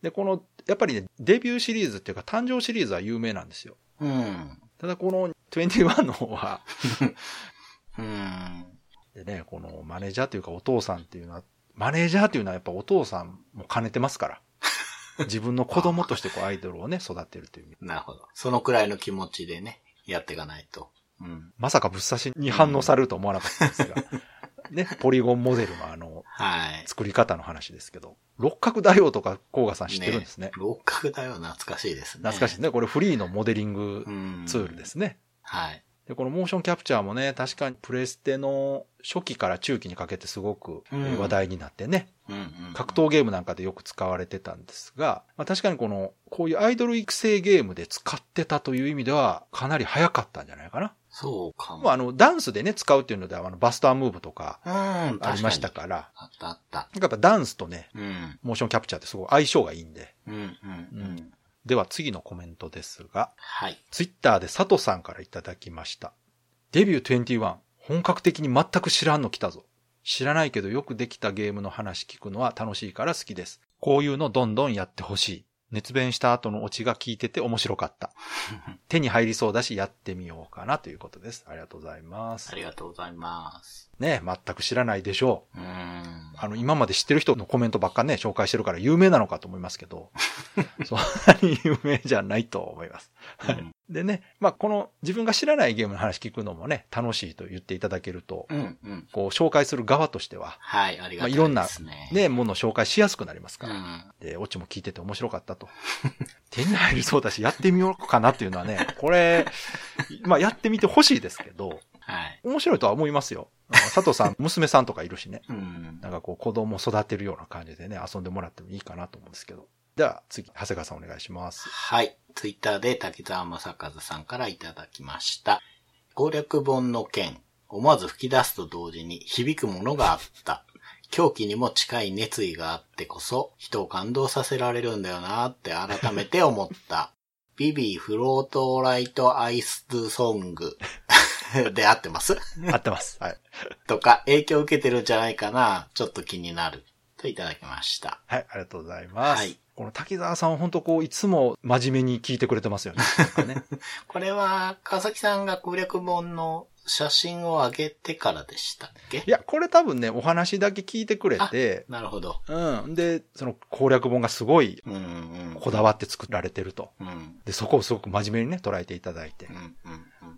Speaker 2: で、この、やっぱりね、デビューシリーズっていうか、誕生シリーズは有名なんですよ。
Speaker 3: うん。
Speaker 2: ただこの21の方は、
Speaker 3: うん。
Speaker 2: でね、このマネージャーというかお父さんっていうのは、マネージャーっていうのはやっぱお父さんも兼ねてますから。自分の子供としてこうアイドルをね、育てるという意味。
Speaker 3: なるほど。そのくらいの気持ちでね、やっていかないと。うん。
Speaker 2: まさかぶっ刺しに反応されるとは思わなかったんですが。ね、ポリゴンモデルのあの、
Speaker 3: はい。
Speaker 2: 作り方の話ですけど。六角大王とか甲賀さん知ってるんですね。
Speaker 3: 六角だよ、懐かしいですね。
Speaker 2: 懐かしいですね。これフリーのモデリング
Speaker 3: うん。。
Speaker 2: ツールですすね。
Speaker 3: はい。
Speaker 2: で、このモーションキャプチャーもね、確かにプレステの初期から中期にかけてすごくえー
Speaker 3: うん
Speaker 2: 話題になってね、
Speaker 3: うん、うん。
Speaker 2: 格闘ゲームなんかでよく使われてたんですが、まあ、確かにこの、こういうアイドル育成ゲームで使ってたという意味では、かなり早かったんじゃないかな。
Speaker 3: そうか
Speaker 2: まあ、
Speaker 3: も。
Speaker 2: あの、ダンスでね、使うっていうのでは、あの、バスタームーブとか
Speaker 3: うん、
Speaker 2: ありました
Speaker 3: 確か
Speaker 2: から、なんか
Speaker 3: に。あったあった。
Speaker 2: やっぱダンスとね、
Speaker 3: うん。
Speaker 2: モーションキャプチャーってすごい相性がいいんで。
Speaker 3: うん、うん、う
Speaker 2: うん
Speaker 3: ん。
Speaker 2: では次のコメントですが、
Speaker 3: はい。
Speaker 2: ツイッターで佐藤さんからいただきました。デビュー21、本格的に全く知らんの来たぞ。知らないけどよくできたゲームの話聞くのは楽しいから好きです。こういうのどんどんやってほしい。熱弁した後のオチが効いてて面白か
Speaker 3: [laughs]
Speaker 2: った。手に入りそうだしやってみようかなということです。ありがとうございます
Speaker 3: あ。りがとうございます。
Speaker 2: ね全く知らないでしょう。
Speaker 3: うん。
Speaker 2: あの、今まで知ってる人のコメントばっかね、紹介してるから有名なのかと思いますけ
Speaker 3: [laughs]
Speaker 2: ど、そんなに有名じゃないと思います。
Speaker 3: うん
Speaker 2: でね、まあ、この自分が知らないゲームの話聞くのもね、楽しいと言っていただけると、
Speaker 3: うん、うん。
Speaker 2: こう、紹介する側としては、
Speaker 3: はい、ありが
Speaker 2: まあ
Speaker 3: とう
Speaker 2: いろんな
Speaker 3: ですね。
Speaker 2: ね、ものを紹介しやすくなります
Speaker 3: う
Speaker 2: から。
Speaker 3: ん。
Speaker 2: で、オチも聞いてて面白かったと。 [laughs] 手に入りそうだし、やってみようかなっていうのはね、これ、まあ、やってみてほしいですけど、
Speaker 3: はい。
Speaker 2: 面白いとは思いますよ。あの佐藤さん、娘さんとかいるしね。
Speaker 3: うん
Speaker 2: な。んかこう子供を育てるような感じでね、遊んでもらってもいいかなと思うんですけど。では次、長谷川さんお願いします。
Speaker 3: はい。ツイッターで滝沢正和さんからいただきました。攻略本の件、思わず吹き出すと同時に響くものがあった。狂気にも近い熱意があってこそ、人を感動させられるんだよなって改めて思った。ビビーフロートライトアイスソング [laughs] で合ってます
Speaker 2: [laughs] 合ってます。はい。
Speaker 3: とか、影響を受けてるんじゃないかなちょっと気になる。といただきました。
Speaker 2: はい、ありがとうございます。
Speaker 3: はい
Speaker 2: この滝沢さんは本当こう、いつも真面目に聞いてくれてますよ
Speaker 3: [laughs]
Speaker 2: ね。なんかね
Speaker 3: これは、川崎さんが攻略本の写真を上げてからでしたっけ
Speaker 2: いや、これ多分ね、お話だけ聞いてくれて、
Speaker 3: なるほど。
Speaker 2: うん。で、その攻略本がすごい
Speaker 3: うんうん。
Speaker 2: こだわって作られてると。
Speaker 3: うん。うん
Speaker 2: で、そこをすごく真面目にね、捉えていただいて
Speaker 3: う。んうん。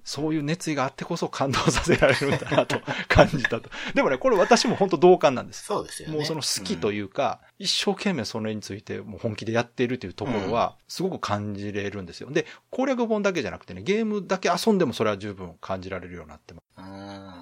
Speaker 2: そういう熱意があってこそ感動させられるんだなと感じたと。でもね、これ私も本当同感なんです。
Speaker 3: そうですよね。
Speaker 2: もうその好きと
Speaker 3: い
Speaker 2: いうか、一生懸命それについてもう本気でやっているというところは、すごく感じれるんですよ。で、攻略本だけじゃなくてね、ゲームだけ遊んでもそれは十分感じられるようになってま
Speaker 3: う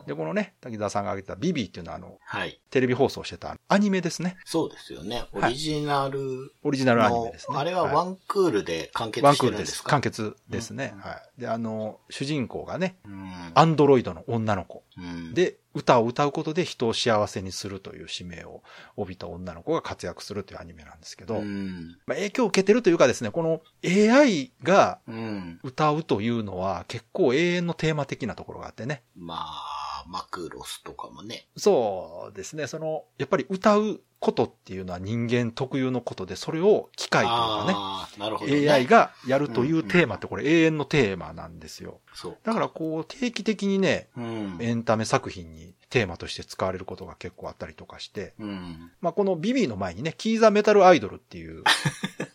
Speaker 3: ん。
Speaker 2: で、このね、滝沢さんが挙げてたビビーっていうのは、あの、
Speaker 3: はい。
Speaker 2: テレビ放送してたアニメですね。
Speaker 3: そうですよね。オ
Speaker 2: はい
Speaker 3: リジナル
Speaker 2: オリジナルアニメ
Speaker 3: の
Speaker 2: です、ね。
Speaker 3: あれはワンクールで完結
Speaker 2: ワン
Speaker 3: して
Speaker 2: クー
Speaker 3: る
Speaker 2: ル
Speaker 3: ん
Speaker 2: で。
Speaker 3: ですす
Speaker 2: 完
Speaker 3: か
Speaker 2: 結ですね。
Speaker 3: うん
Speaker 2: はい。で、あの、主人公がね、
Speaker 3: うん
Speaker 2: アンドロイドの女の子。
Speaker 3: うん
Speaker 2: で、歌を歌うことで人を幸せにするという使命を帯びた女の子が活躍するというアニメなんですけど、
Speaker 3: うん。
Speaker 2: まあ、影響を受けてるというかですね、この AI が
Speaker 3: うん。
Speaker 2: 歌うというのは結構永遠のテーマ的なところがあってね。
Speaker 3: まあ、マクロスとかもね。
Speaker 2: そうですね、その、やっぱり歌うことっていうのは人間特有のことで、それを機械というか
Speaker 3: ああ、なるほど、
Speaker 2: ね、
Speaker 3: ね。
Speaker 2: AI。がやるというテーマってこれ永遠のテーマなんですよ。
Speaker 3: そう。
Speaker 2: だからこう定期的にね、
Speaker 3: うん。
Speaker 2: エンタメ作品にテーマとして使われることが結構あったりとかして、
Speaker 3: うん。
Speaker 2: まあ、このビビーの前にね、キーザメタルアイドルっていう、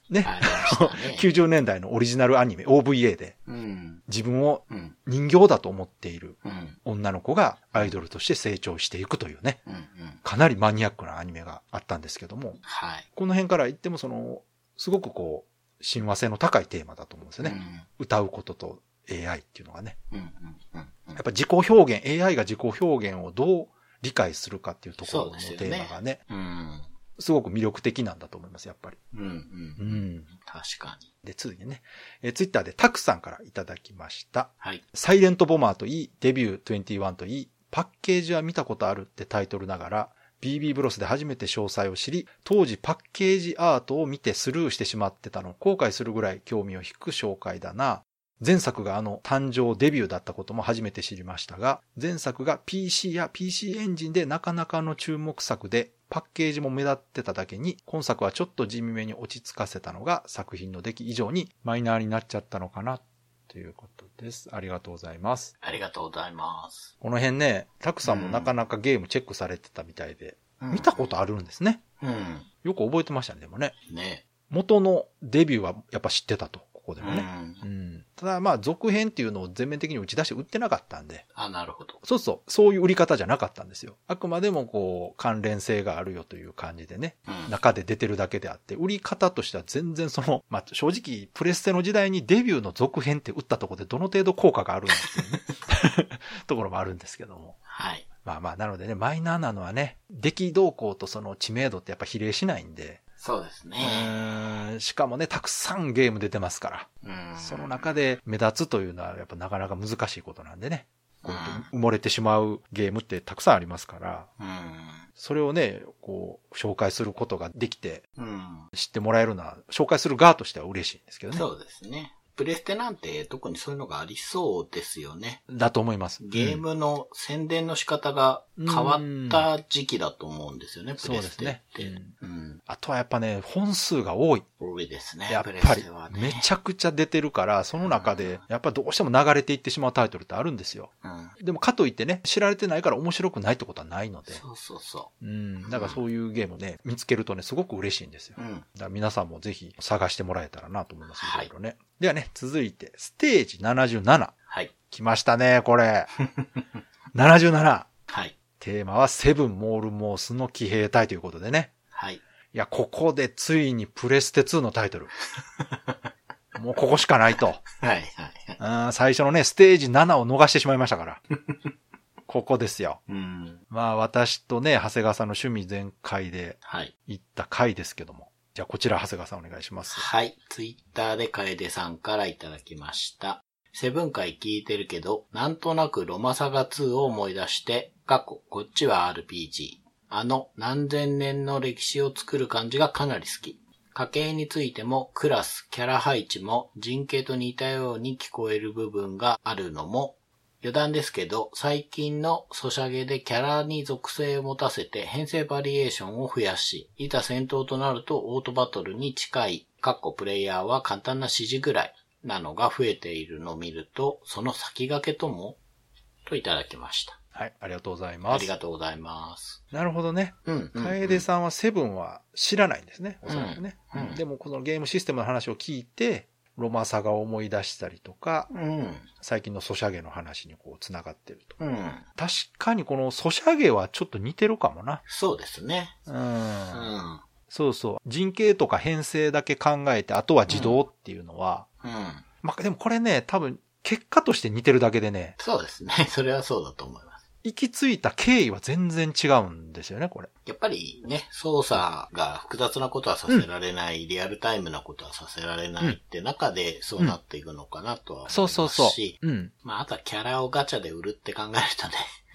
Speaker 2: ね、。
Speaker 3: ありましたね
Speaker 2: 90年 [laughs] 代のオリジナルアニメ、OVA で、
Speaker 3: うん。
Speaker 2: 自分を
Speaker 3: うん。
Speaker 2: 人形だと思っている
Speaker 3: うん。
Speaker 2: 女の子がアイドルとして成長していくというね、
Speaker 3: うん。うん。
Speaker 2: かなりマニアックなアニメがあったんですけども、
Speaker 3: はい。
Speaker 2: この辺から言ってもその、すごくこう、親和性の高いテーマだと思うんですよね。歌うことと AI っていうのがね。
Speaker 3: うん。うん。うん。うん
Speaker 2: やっぱ自己表現、AI が自己表現をどう理解するかっていうところの
Speaker 3: そうです
Speaker 2: テ
Speaker 3: よね
Speaker 2: ーマがね、
Speaker 3: うん。
Speaker 2: すごく魅力的なんだと思います、やっぱり。
Speaker 3: うん。
Speaker 2: う
Speaker 3: う。
Speaker 2: んん。
Speaker 3: 確かに。
Speaker 2: で、次にね、えー、ツイッターでタクさんからいただきました。
Speaker 3: はい。
Speaker 2: サイレントボマーといい、デビュー21といい、パッケージは見たことあるってタイトルながら、BB ブロスで初めて詳細を知り、当時パッケージアートを見てスルーしてしまってたの、後悔するぐらい興味を引く紹介だな。前作があの誕生デビューだったことも初めて知りましたが、前作が PC や PC エンジンでなかなかの注目作で、パッケージも目立ってただけに、今作はちょっと地味めに落ち着かせたのが作品の出来以上にマイナーになっちゃったのかなということです。ありがとうございます。
Speaker 3: ありがとうございます。
Speaker 2: この辺ね、たくさんもなかなかゲームチェックされてたみたいで、見たことあるんですね。
Speaker 3: うん。
Speaker 2: よく覚えてましたね、でもね。
Speaker 3: ね。
Speaker 2: 元のデビューはやっぱ知ってたと、ここで
Speaker 3: う
Speaker 2: もね。
Speaker 3: ん
Speaker 2: う。ん、ただまあ続編っていうのを全面的に打ち出して売ってなかったんで、
Speaker 3: あ、なるほど。
Speaker 2: そうそう、そういう売り方じゃなかったんですよ。あくまでもこう、関連性があるよという感じでね、
Speaker 3: うん。
Speaker 2: 中で出てるだけであって、売り方としては全然その、ま [laughs] あ正直、プレステの時代にデビューの続編って打ったところでどの程度効果があるんだっていうね、 [laughs] ところもあるんですけども。
Speaker 3: はい。
Speaker 2: まあまあ、なのでね、マイナーなのはね、出来動向とその知名度ってやっぱ比例しないんで、
Speaker 3: そうです
Speaker 2: う
Speaker 3: ね。
Speaker 2: ーん、しかもね、たくさんゲーム出てますから、
Speaker 3: うん。
Speaker 2: その中で目立つというのはやっぱなかなか難しいことなんでね、
Speaker 3: うん、
Speaker 2: 埋もれてしまうゲームってたくさんありますから、
Speaker 3: うん。
Speaker 2: それをね、こう、紹介することができて、
Speaker 3: うん。
Speaker 2: 知ってもらえるのは、紹介する側としては嬉しいんですけどね。
Speaker 3: そうですね。プレステなんて特にそういうのがありそうですよね。
Speaker 2: だと思います。
Speaker 3: ゲー
Speaker 2: うん
Speaker 3: ムの宣伝の仕方が変わった時期だと思うんですよね、プ
Speaker 2: そう
Speaker 3: レ
Speaker 2: で
Speaker 3: ス
Speaker 2: す
Speaker 3: テっ
Speaker 2: ね。
Speaker 3: て。
Speaker 2: うん
Speaker 3: うん。
Speaker 2: あとはやっぱね、本数が多い。
Speaker 3: 多いですね、
Speaker 2: やっ
Speaker 3: プレ
Speaker 2: ぱ
Speaker 3: ス
Speaker 2: り
Speaker 3: テは、ね。
Speaker 2: めちゃくちゃ出てるから、その中で、やっぱどうしても流れていってしまうタイトルってあるんですよ。
Speaker 3: うん。
Speaker 2: でも、かといってね、知られてないから面白くないってことはないので。
Speaker 3: そうそうそ
Speaker 2: うん。だからそういうゲームね、見つけるとね、すごく嬉しいんですよ。
Speaker 3: う。うん。
Speaker 2: だから皆さんもぜひ探してもらえたらなと思います。
Speaker 3: はい
Speaker 2: いろいろね。ではね、続いて、ステージ77。
Speaker 3: はい。
Speaker 2: 来ましたね、こ
Speaker 3: [laughs]
Speaker 2: れ。77。
Speaker 3: はい。
Speaker 2: テーマは、セブンモールモースの騎兵隊ということでね。
Speaker 3: はい。
Speaker 2: いや、ここでついにプレステ2のタイト
Speaker 3: [laughs]
Speaker 2: ル。もうここしかないと。
Speaker 3: はい。はい。
Speaker 2: うん最初のね、ステージ7を逃してしまいました
Speaker 3: [laughs]
Speaker 2: から。ここですよ。
Speaker 3: うん。
Speaker 2: まあ私とね、長谷川さんの趣味全開で
Speaker 3: はい。
Speaker 2: 行った回ですけども。じゃあこちら長谷川さんお願いします。
Speaker 3: はい。ツイッターで楓さんからいただきました。セブン回聞いてるけど、なんとなくロマサガ2を思い出して、過去、こっちは RPG。あの、何千年の歴史を作る感じがかなり好き。家系についても、クラス、キャラ配置も、人形と似たように聞こえる部分があるのも、余談ですけど、最近のソシャゲでキャラに属性を持たせて編成バリエーションを増やし、いざ戦闘となるとオートバトルに近い、かっこプレイヤーは簡単な指示ぐらいなのが増えているのを見ると、その先駆けとも、といただきました。
Speaker 2: はい、ありがとうござい
Speaker 3: あ
Speaker 2: ます
Speaker 3: り。がとうございます。
Speaker 2: なるほどね。
Speaker 3: うん。うん
Speaker 2: 楓さんはセブンは知らないんですね、おそらくね。
Speaker 3: うんうん
Speaker 2: でもこのゲームシステムの話を聞いて、ロマサガを思い出したりとか、
Speaker 3: うん。
Speaker 2: 最近のソシャゲの話にこう繋がってると。
Speaker 3: うん。
Speaker 2: 確かにこのソシャゲはちょっと似てるかもな。
Speaker 3: そうですね。
Speaker 2: う。
Speaker 3: うんん。
Speaker 2: そうそう。人形とか編成だけ考えて、あとは自動っていうのは、
Speaker 3: うん。
Speaker 2: まあでもこれね、多分結果として似てるだけでね、
Speaker 3: そうですね。それはそうだと思います。
Speaker 2: 行き着いた経緯は全然違うんですよね、これ。
Speaker 3: やっぱりね、操作が複雑なことはさせられない、リアルタイムなことはさせられないって中でそうなっていくのかなとは思いますし、
Speaker 2: そうそうそう。うん。
Speaker 3: まあ、あとはキャラをガチャで売るって考えるとね、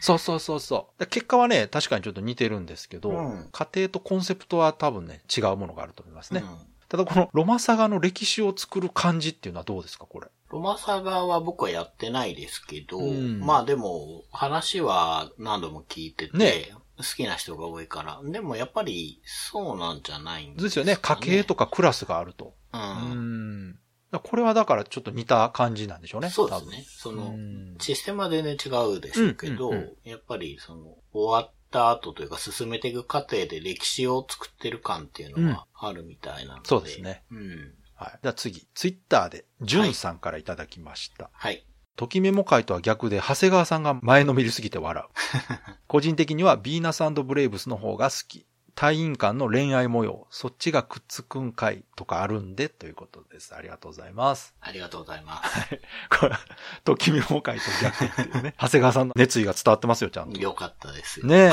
Speaker 2: そうそうそうそう。で結果はね、確かにちょっと似てるんですけど、
Speaker 3: うん
Speaker 2: 過程とコンセプトは多分ね、違うものがあると思いますね。
Speaker 3: うん
Speaker 2: ただこのロマサガの歴史を作る感じっていうのはどうですか、これ。
Speaker 3: ロマサガは僕はやってないですけど、
Speaker 2: うん
Speaker 3: まあでも話は何度も聞いてて、
Speaker 2: ね
Speaker 3: 好きな人が多いから。でもやっぱりそうなんじゃないんですか、ね。
Speaker 2: ですよね、家系とかクラスがあると。う
Speaker 3: う。
Speaker 2: んん。だからこれはだからちょっと似た感じなんでしょうね。
Speaker 3: そうですね。そ
Speaker 2: 多分。
Speaker 3: の、
Speaker 2: うん
Speaker 3: システムは全然違うでしょうけ
Speaker 2: う
Speaker 3: ど、
Speaker 2: んうんう
Speaker 3: やっぱりその、終わった後というか進めていく過程で歴史を作ってる感っていうのはあるみたいなので。
Speaker 2: そうです。ね。
Speaker 3: うん。
Speaker 2: はい。じゃあ次、ツイッターで、ジュンさんからいただきました。
Speaker 3: はい。
Speaker 2: ときメモ会とは逆で、長谷川さんが前のめりすぎて [laughs] 笑う。個人的にはビーナスブレイブスの方が好き。隊員間の恋愛模様、そっちがくっつくんかいとかあるんで、ということです。ありがとうござい [laughs] ます。
Speaker 3: ありがとうございます。
Speaker 2: これ、ときメモ会と逆っていうね。 [laughs] 長谷川さんの熱意が伝わってますよ、ちゃんと。
Speaker 3: よかったで
Speaker 2: [laughs]
Speaker 3: す。
Speaker 2: ね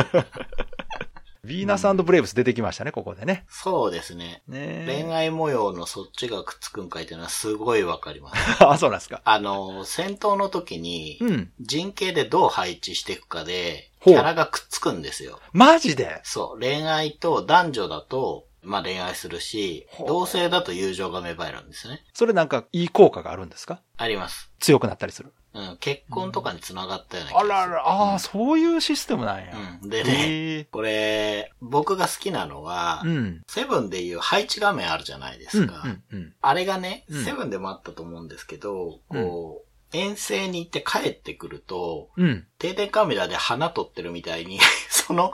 Speaker 2: え。ビーナスブレイブス出てきましたね、ここでね。
Speaker 3: そうですね。
Speaker 2: ねえ
Speaker 3: 恋愛模様のそっちがくっつくんかいっていうのはすごいわか
Speaker 2: [laughs]
Speaker 3: ります。
Speaker 2: [laughs] あ、そうなんですか。
Speaker 3: あの、戦闘の時に
Speaker 2: う、ん。
Speaker 3: 陣形でどう配置していくかで、
Speaker 2: ほ
Speaker 3: キ
Speaker 2: う
Speaker 3: ャラがくっつくんですよ。
Speaker 2: マジで
Speaker 3: そう、恋愛と男女だと、まあ恋愛するし、
Speaker 2: ほう
Speaker 3: 同性だと友情が芽生えるんですね。
Speaker 2: それなんかいい効果があるんですか
Speaker 3: あります。
Speaker 2: 強くなったりする。
Speaker 3: うん、結婚とかに繋がったような気が
Speaker 2: あ
Speaker 3: する。
Speaker 2: らら、ああ、そういうシステムなんや。
Speaker 3: うん。でね、
Speaker 2: へえ
Speaker 3: これ、僕が好きなのは、
Speaker 2: うん。
Speaker 3: セブンでいう配置画面あるじゃないで
Speaker 2: うん。う
Speaker 3: すか。
Speaker 2: ん。うん。
Speaker 3: あれがね、
Speaker 2: うん
Speaker 3: セブンでもあったと思うんですけど、こう、遠征に行って帰ってくると、
Speaker 2: うん。
Speaker 3: 定点カメラで花撮ってるみたいに、 [laughs] その、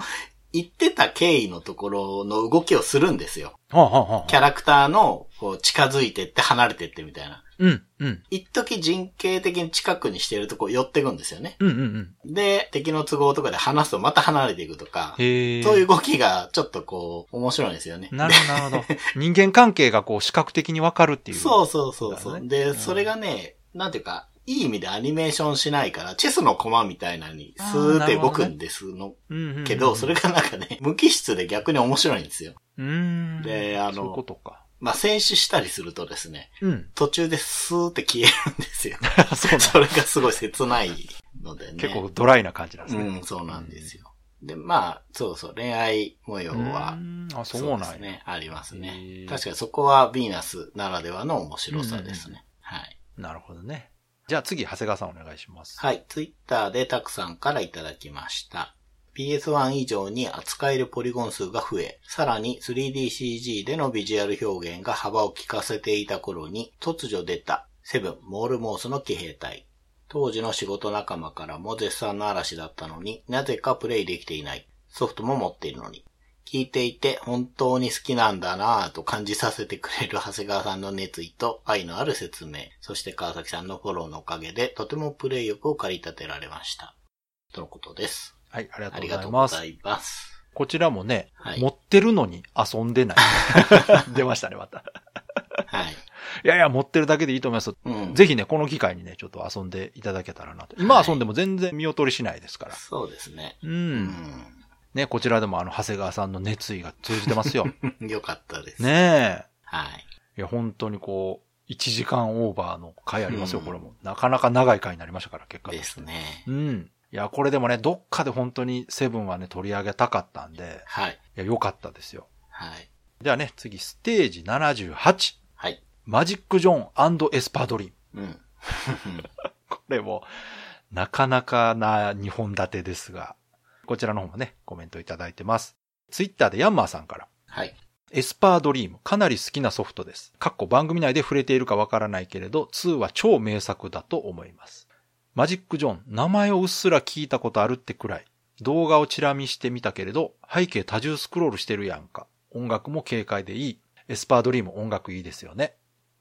Speaker 3: 行ってた経緯のところの動きをするんですよ。
Speaker 2: はあ、はあは
Speaker 3: キ
Speaker 2: あ、
Speaker 3: ャラクターの、こう、近づいてって離れてってみたいな。
Speaker 2: うん。うん。
Speaker 3: 一時人形的に近くにしてるとこ寄ってくんですよね。
Speaker 2: うん。うん。うん。
Speaker 3: で、敵の都合とかで離すとまた離れていくとか、
Speaker 2: へえ。
Speaker 3: そういう動きがちょっとこう、面白いんですよね。
Speaker 2: なるほど、なる
Speaker 3: [laughs]
Speaker 2: ほど。人間関係がこう視覚的にわかるっていう。
Speaker 3: そうそうそうそう。
Speaker 2: だね
Speaker 3: で、
Speaker 2: うん
Speaker 3: それがね、なんていうか、いい意味でアニメーションしないから、チェスの駒みたいなのに、スーって動くんですの、
Speaker 2: うん。うん。うん
Speaker 3: けど、それ。がなんかね、 [laughs] 無機質で逆に面白いんですよ。
Speaker 2: うーん。
Speaker 3: であの
Speaker 2: そういうことか。
Speaker 3: まあ、戦死したりするとですね、
Speaker 2: うん。
Speaker 3: 途中でスーって消えるんですよ。
Speaker 2: そう [laughs] なん
Speaker 3: [laughs] それがすごい切ないのでね。
Speaker 2: 結構ドライな感じなんですね。
Speaker 3: うん、そうなんですよ。で、まあ、そうそう、恋愛模様
Speaker 2: う、
Speaker 3: は
Speaker 2: んあ、そう
Speaker 3: で
Speaker 2: な
Speaker 3: す
Speaker 2: んや。
Speaker 3: ね。あります
Speaker 2: へ
Speaker 3: ね
Speaker 2: ー。
Speaker 3: 確かにそこはヴィーナスならではの面白さです
Speaker 2: うん
Speaker 3: ね。はい。
Speaker 2: なるほどね。じゃあ次、長谷川さんお願いします。
Speaker 3: はい。ツイッターでたくさんからいただきました。PS1 以上に扱えるポリゴン数が増え、さらに 3DCG でのビジュアル表現が幅を利かせていた頃に突如出たセブンモールモースの騎兵隊。当時の仕事仲間からも絶賛の嵐だったのになぜかプレイできていない。ソフトも持っているのに。聞いていて本当に好きなんだなぁと感じさせてくれる長谷川さんの熱意と愛のある説明、そして川崎さんのフォローのおかげでとてもプレイ欲を駆り立てられました。とのことです。
Speaker 2: はい、ありが
Speaker 3: あ
Speaker 2: とう
Speaker 3: り
Speaker 2: ご
Speaker 3: が
Speaker 2: ざ
Speaker 3: と
Speaker 2: いう
Speaker 3: ご
Speaker 2: ます
Speaker 3: ざ。います。
Speaker 2: こちらもね、
Speaker 3: はい
Speaker 2: 持ってるのに遊んで
Speaker 3: [laughs]
Speaker 2: ない。出ましたね、また。
Speaker 3: はい。
Speaker 2: いやいや、持ってるだけでいいと思います。
Speaker 3: うん。
Speaker 2: ぜひね、この機会にね、ちょっと遊んでいただけたらなと。今
Speaker 3: はい
Speaker 2: 遊んでも全然見劣りしないですから。
Speaker 3: そうですね。
Speaker 2: う。
Speaker 3: うんん。 [laughs]
Speaker 2: ね、こちらでもあの、長谷川さんの熱意が通じてますよ。
Speaker 3: よかったです。。
Speaker 2: ね
Speaker 3: はい。
Speaker 2: え。いや、本当にこう、1時間オーバーの回ありますよ、
Speaker 3: うん
Speaker 2: これも。なかなか長い回になりましたから、結果と
Speaker 3: で
Speaker 2: して
Speaker 3: すね
Speaker 2: う。ん。いや、これでもね、どっかで本当にセブンはね、取り上げたかったんで、
Speaker 3: はい。
Speaker 2: いや、良かったですよ。
Speaker 3: はい。
Speaker 2: じゃあね、次、ステージ78。
Speaker 3: はい。
Speaker 2: マジック・ジョンエスパードリーム。
Speaker 3: うん。
Speaker 2: これも、なかなかな2本立てですが、こちらの方もね、コメントいただいてます。ツイッターでヤンマーさんから、
Speaker 3: はい。
Speaker 2: エスパードリーム、かなり好きなソフトです。かっこ番組内で触れているかわからないけれど、2は超名作だと思います。マジック・ジョン、名前をうっすら聞いたことあるってくらい。動画をチラ見してみたけれど、背景多重スクロールしてるやんか。音楽も軽快でいい。エスパードリーム音楽いいですよね。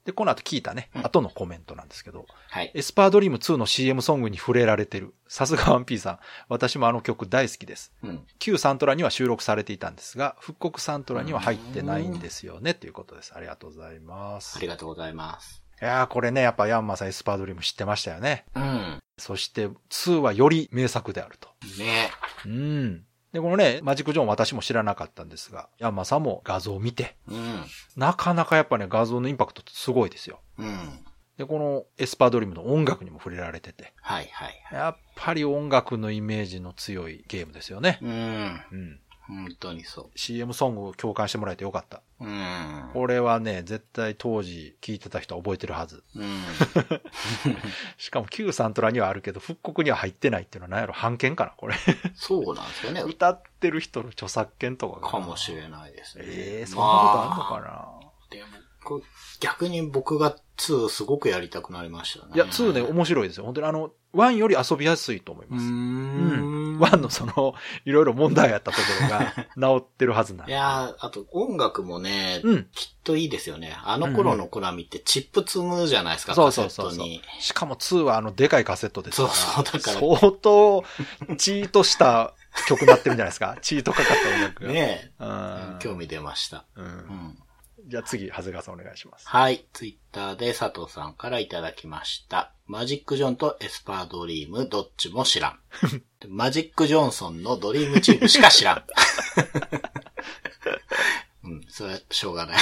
Speaker 2: で、この後聞いたね、
Speaker 3: うん
Speaker 2: 後のコメントなんですけど、
Speaker 3: はい。
Speaker 2: エスパードリーム2の CM ソングに触れられてる。さすが 1P さん。私もあの曲大好きです。
Speaker 3: うん。
Speaker 2: 旧サントラには収録されていたんですが、復刻サントラには入ってないんですよね、ということです。ありがとうございま
Speaker 3: あ
Speaker 2: す。
Speaker 3: りがとうございます。
Speaker 2: いやーこれね、やっぱヤンマーさんエスパードリーム知ってましたよね。
Speaker 3: うん。
Speaker 2: そして2はより名作であると。
Speaker 3: ね
Speaker 2: うん。で、このね、マジック・ジョン私も知らなかったんですが、ヤンマーさんも画像を見て、
Speaker 3: うん。
Speaker 2: なかなかやっぱね、画像のインパクトってすごいですよ。
Speaker 3: うん。
Speaker 2: で、このエスパードリームの音楽にも触れられてて、
Speaker 3: はいはい。
Speaker 2: やっぱり音楽のイメージの強いゲームですよね。
Speaker 3: うん。
Speaker 2: うん。
Speaker 3: 本当にそ
Speaker 2: CM ソングを共感してもらえてよかった。
Speaker 3: う。うん。
Speaker 2: これはね、絶対当時聴いてた人は覚えてるはず。
Speaker 3: うん。
Speaker 2: しかも旧サントラにはあるけど、復刻には入ってないっていうのは何やろ判権かなこれ。
Speaker 3: そうなんですよね。
Speaker 2: 歌ってる人の著作権とかが
Speaker 3: かもしれないですね。
Speaker 2: ええそんなことあんのかな、
Speaker 3: な、でもこ逆に僕が2すごくやりたくなりましたね。
Speaker 2: いや、2ね、面白いですよ。本当にあの、1より遊びやすいと思いうま
Speaker 3: ー
Speaker 2: す。
Speaker 3: ん。
Speaker 2: 1のその、いろいろ問題やったところ
Speaker 3: [laughs]
Speaker 2: が治ってるはずなん
Speaker 3: い
Speaker 2: で
Speaker 3: やーあと音楽もね、
Speaker 2: うん。
Speaker 3: きっといいですよね。あの頃のコナミってチップ積むじゃないですか、
Speaker 2: そう
Speaker 3: カセ
Speaker 2: そう
Speaker 3: ッ
Speaker 2: そう
Speaker 3: ト
Speaker 2: そう
Speaker 3: に。。
Speaker 2: しかも2はあの、でかいカセットですから。
Speaker 3: そうそうだから
Speaker 2: 相当、チートした曲になってるんじゃないです
Speaker 3: [laughs]
Speaker 2: か。チートかかった音楽が。
Speaker 3: ねえ。
Speaker 2: うん。
Speaker 3: 興味出ました。
Speaker 2: う。
Speaker 3: うんん。
Speaker 2: じゃあ次、長谷川さんお願いします。
Speaker 3: はい。ツイッターで佐藤さんからいただきました。マジック・ジョンとエスパードリーム、どっちも知らん。マジック・ジョンソンのドリームチームしか知らん。うん、それはしょうがない。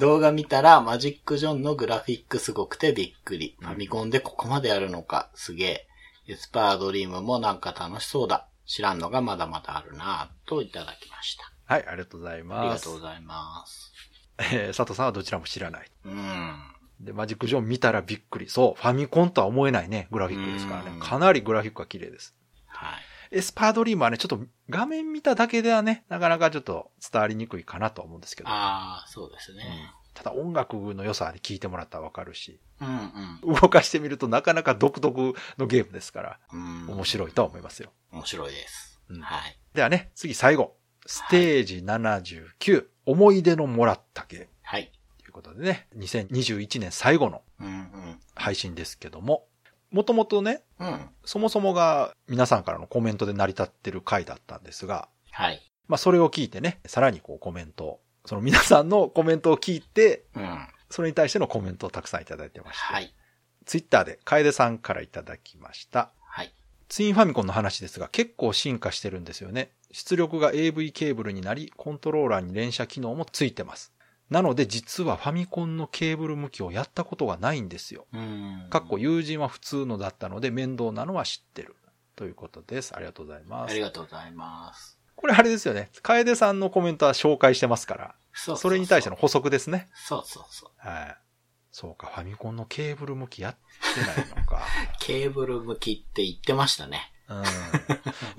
Speaker 3: [laughs] 動画見たら、マジック・ジョンのグラフィックすごくてびっくり。ファミコンでここまでやるのか、すげえ。エスパードリームもなんか楽しそうだ。知らんのがまだまだあるなぁ、といただきました。
Speaker 2: はい、ありがとうございます。
Speaker 3: ありがとうございます。
Speaker 2: えー佐藤さんはどちらも知らない。
Speaker 3: うん。
Speaker 2: で、マジックジョン見たらびっくり。そう、ファミコンとは思えないね、グラフィックですから
Speaker 3: うん
Speaker 2: ね。かなりグラフィックが綺麗です。
Speaker 3: はい。
Speaker 2: エスパードリームはね、ちょっと画面見ただけではね、なかなかちょっと伝わりにくいかなとは思うんですけど。
Speaker 3: ああ、そうですね。
Speaker 2: ただ音楽の良さで聞いてもらったらわかるし、
Speaker 3: うん
Speaker 2: 動かしてみるとなかなか独特のゲームですから、
Speaker 3: うん。うん
Speaker 2: 面白いとは思いますよ。
Speaker 3: 面白いです。
Speaker 2: うん
Speaker 3: はい。
Speaker 2: ではね、次最後。ステージ79、思い出のもらったゲーム
Speaker 3: はい。
Speaker 2: ということでね、2021年最後の
Speaker 3: うんうん。
Speaker 2: 配信ですけども、もともとね、
Speaker 3: うん。
Speaker 2: そもそもが皆さんからのコメントで成り立ってる回だったんですが、
Speaker 3: はい。
Speaker 2: まあそれを聞いてね、さらにこうコメントを、その皆さんのコメントを聞いて、
Speaker 3: うん。
Speaker 2: それに対してのコメントをたくさんいただいてまして、
Speaker 3: はい。
Speaker 2: ツイッターで楓さんからいただきました。
Speaker 3: はい。
Speaker 2: ツインファミコンの話ですが結構進化してるんですよね。出力が AV ケーブルになり、コントローラーに連射機能もついてます。なので実はファミコンのケーブル向きをやったことがないんですよ。
Speaker 3: うん
Speaker 2: かっこ友人は普通のだったので面倒なのは知ってる。ということです。ありがとうございま
Speaker 3: あり
Speaker 2: す。
Speaker 3: がとうございます。
Speaker 2: これあれですよね。楓さんのコメントは紹介してますから、
Speaker 3: そ
Speaker 2: それに対しての。補足ですね。
Speaker 3: そうそうそう。
Speaker 2: はい。そうか、ファミコンのケーブル向きやってないのか。
Speaker 3: ケーブル向きって言ってましたね。 [laughs]
Speaker 2: うん。
Speaker 3: わる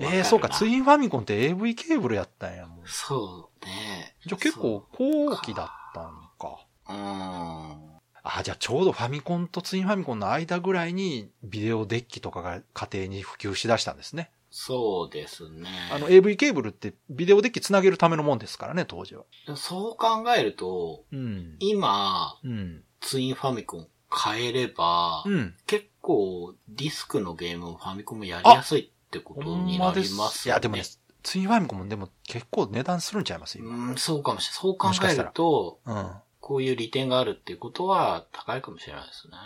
Speaker 2: えー、
Speaker 3: な
Speaker 2: そうか、ツインファミコンって AV ケーブルやったんやもん。
Speaker 3: そうね。
Speaker 2: じゃあ結構後期だったのか。
Speaker 3: そう。うん。
Speaker 2: あ、じゃあちょうどファミコンとツインファミコンの間ぐらいにビデオデッキとかが家庭に普及しだしたんですね。
Speaker 3: そうですね。
Speaker 2: あの AV ケーブルってビデオデッキつなげるためのもんですからね、当時は。
Speaker 3: そう考えると、
Speaker 2: うん。
Speaker 3: 今、
Speaker 2: うん。
Speaker 3: ツインファミコン変えれば、
Speaker 2: うん。
Speaker 3: 結構ディスクのゲームをファミコンもやりやすいってこ
Speaker 2: ほ
Speaker 3: と
Speaker 2: ん
Speaker 3: に
Speaker 2: ま
Speaker 3: な
Speaker 2: で
Speaker 3: り
Speaker 2: す。
Speaker 3: ます
Speaker 2: い
Speaker 3: よ
Speaker 2: や、でもね、ツインファミコンもでも結構値段するんちゃいます今。
Speaker 3: うん、そうかもしれない。そう考
Speaker 2: もしか
Speaker 3: え
Speaker 2: した
Speaker 3: る
Speaker 2: ら
Speaker 3: と、
Speaker 2: うん。
Speaker 3: こういう利点があるっていうことは高いかもしれないですね。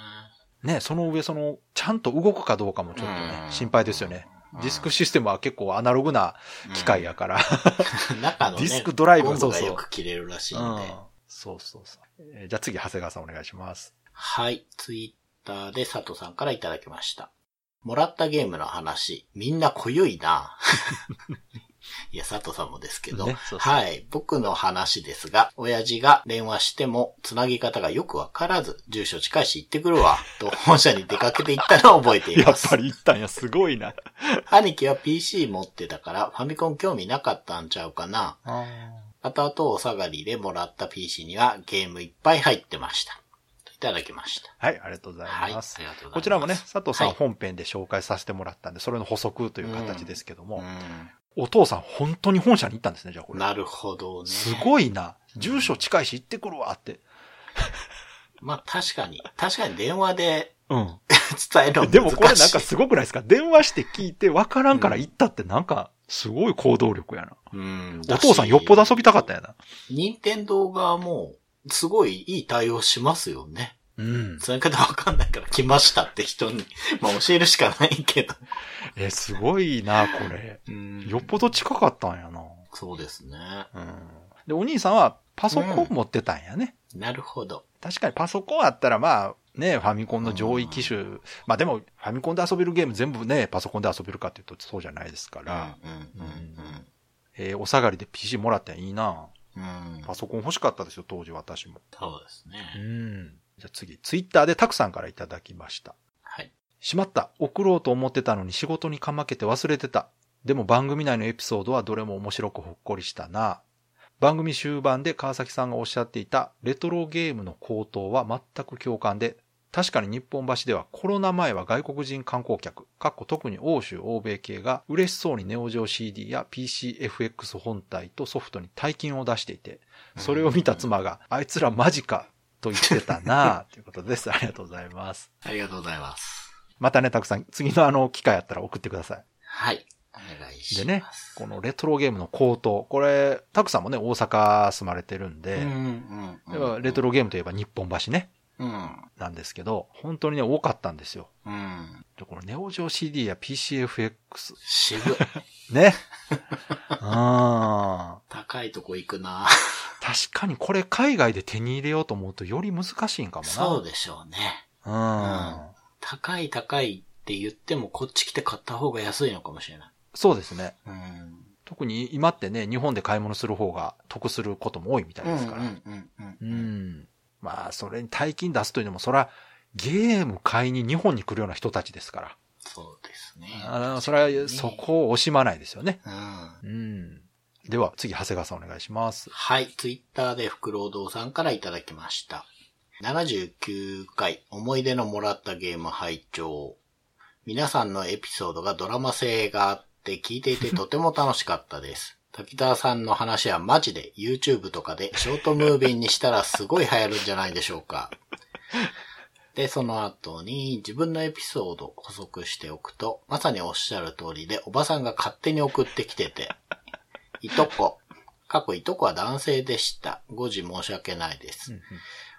Speaker 2: ね、その上、その、ちゃんと動くかどうかもちょっとね
Speaker 3: う、ん
Speaker 2: 心配ですよね。
Speaker 3: うん
Speaker 2: ディスクシステムは結構アナログな機械やから。
Speaker 3: うん。中のね、
Speaker 2: ディスクドライブが
Speaker 3: ゴム
Speaker 2: そう
Speaker 3: が
Speaker 2: そう
Speaker 3: よく切れるらしいん
Speaker 2: うん
Speaker 3: で。
Speaker 2: そうそうそう。えーじゃあ次、長谷川さんお願いします。
Speaker 3: はい。ツイッターで佐藤さんからいただきました。もらったゲームの話、みんな濃ゆいな。 [laughs] いや、佐藤さんもですけど、
Speaker 2: ねそうそう
Speaker 3: はい。僕の話ですが、親父が電話しても、つなぎ方がよくわからず、住所近いし行ってくるわ、と本社に出かけて行ったのを覚えてい
Speaker 2: や
Speaker 3: ま
Speaker 2: っ
Speaker 3: す
Speaker 2: ぱ。り行ったんや、すごいな。
Speaker 3: 兄貴は PC 持ってたから、ファミコン興味なかったんちゃうかな。後々お下がりでもらった PC にはゲームいっぱい入ってました。いただきました。
Speaker 2: はい、ありがとうござ
Speaker 3: はい。
Speaker 2: い
Speaker 3: あり
Speaker 2: ま
Speaker 3: が
Speaker 2: す。
Speaker 3: とうございます。
Speaker 2: こちらもね、佐藤さん
Speaker 3: はい
Speaker 2: 本編で紹介させてもらったんで、それの補足という形ですけども、
Speaker 3: う
Speaker 2: お父さん本当に本社に行ったんですね、じゃあこ
Speaker 3: ん。
Speaker 2: れ。
Speaker 3: なるほどね。
Speaker 2: す
Speaker 3: い。
Speaker 2: ごいな。住所近いし行ってくるわって。
Speaker 3: まあ確かに、確かに電話で [laughs]
Speaker 2: うん。
Speaker 3: 伝えるの難しい。
Speaker 2: でもこれなんかすごくないですか電話して聞いて分からんから行ったってなんかすごい行動力やな。
Speaker 3: うん、
Speaker 2: お父さんよっぽど遊びたかったんやな。
Speaker 3: 任天堂側も、すごいいい対応しますよね。
Speaker 2: うん。
Speaker 3: 使い方わかんないから来ましたって人に、 [laughs] まあ教えるしかないけど。
Speaker 2: え、すごいな、これ。
Speaker 3: うん
Speaker 2: よっぽど近かったんやな。
Speaker 3: そうですね。
Speaker 2: うん。で、お兄さんはパソコン持ってたんやね。
Speaker 3: なるほど。
Speaker 2: 確かにパソコンあったらまあ、ね、ファミコンの上位機種。まあでも、ファミコンで遊べるゲーム全部ね、パソコンで遊べるかっていうとそうじゃないですか
Speaker 3: うん、うん
Speaker 2: ら。、
Speaker 3: うん、
Speaker 2: えーお下がりで PC もらっていいな。
Speaker 3: うん。うん。
Speaker 2: パソコン欲しかったですよ、当時私も。
Speaker 3: そうですね。
Speaker 2: ん。じゃあ次、ツイッターでタクさんからいただきました。
Speaker 3: はい。
Speaker 2: しまった送ろうと思ってたのに仕事にかまけて忘れてた。でも番組内のエピソードはどれも面白くほっこりしたな。番組終盤で川崎さんがおっしゃっていたレトロゲームの高騰は全く共感で、確かに日本橋ではコロナ前は外国人観光客、かっこ特に欧州欧米系が嬉しそうにネオジオ CD や PCFX 本体とソフトに大金を出していて、それを見た妻が、あいつらマジかと言ってたなということです。ありがとうございます。
Speaker 3: ありがとうございます。
Speaker 2: またね、たくさん、次のあの、機会あったら送ってください。
Speaker 3: はい。お願いします。
Speaker 2: でね、このレトロゲームの高騰。これ、たくさんもね、大阪住まれてるん
Speaker 3: うん、
Speaker 2: で、
Speaker 3: うん、うん。
Speaker 2: やっぱレト
Speaker 3: ロ。
Speaker 2: ロゲームといえば日本橋ね、
Speaker 3: うん、
Speaker 2: なんですけど、本当にね、多かったんですよ。
Speaker 3: うん。
Speaker 2: でこのネオジオ CD や PCFX。
Speaker 3: [laughs] 渋い。
Speaker 2: ね。あ
Speaker 3: 高いとこ行くな
Speaker 2: 確かにこれ海外で手に入れようと思うとより難しいんかもな。
Speaker 3: そうでしょうね。
Speaker 2: うん。
Speaker 3: 高い高いって言っても、こっち来て買った方が安いのかもしれない。
Speaker 2: そうですね。
Speaker 3: うん。
Speaker 2: 特に今ってね、日本で買い物する方が得することも多いみたいですから。
Speaker 3: うん、うん、うん
Speaker 2: う
Speaker 3: うん。
Speaker 2: ん。まあ、それに大金出すというのも、そら、ゲーム買いに日本に来るような人たちですから。
Speaker 3: そうですね。
Speaker 2: あのそれは、そこを惜しまないですよね。
Speaker 3: うん。
Speaker 2: うん。では、次、長谷川さんお願いします。
Speaker 3: はい、ツイッターで福労堂さんからいただきました。79回、思い出のもらったゲーム拝聴。皆さんのエピソードがドラマ性があって聞いていてとても楽しかったです。滝沢さんの話はマジで YouTube とかでショートムービーにしたらすごい流行るんじゃないでしょうか。で、その後に自分のエピソードを補足しておくと、まさにおっしゃる通りで、おばさんが勝手に送ってきてて、 [laughs] いとこ。過去いとこは男性でした。誤字申し訳ないです。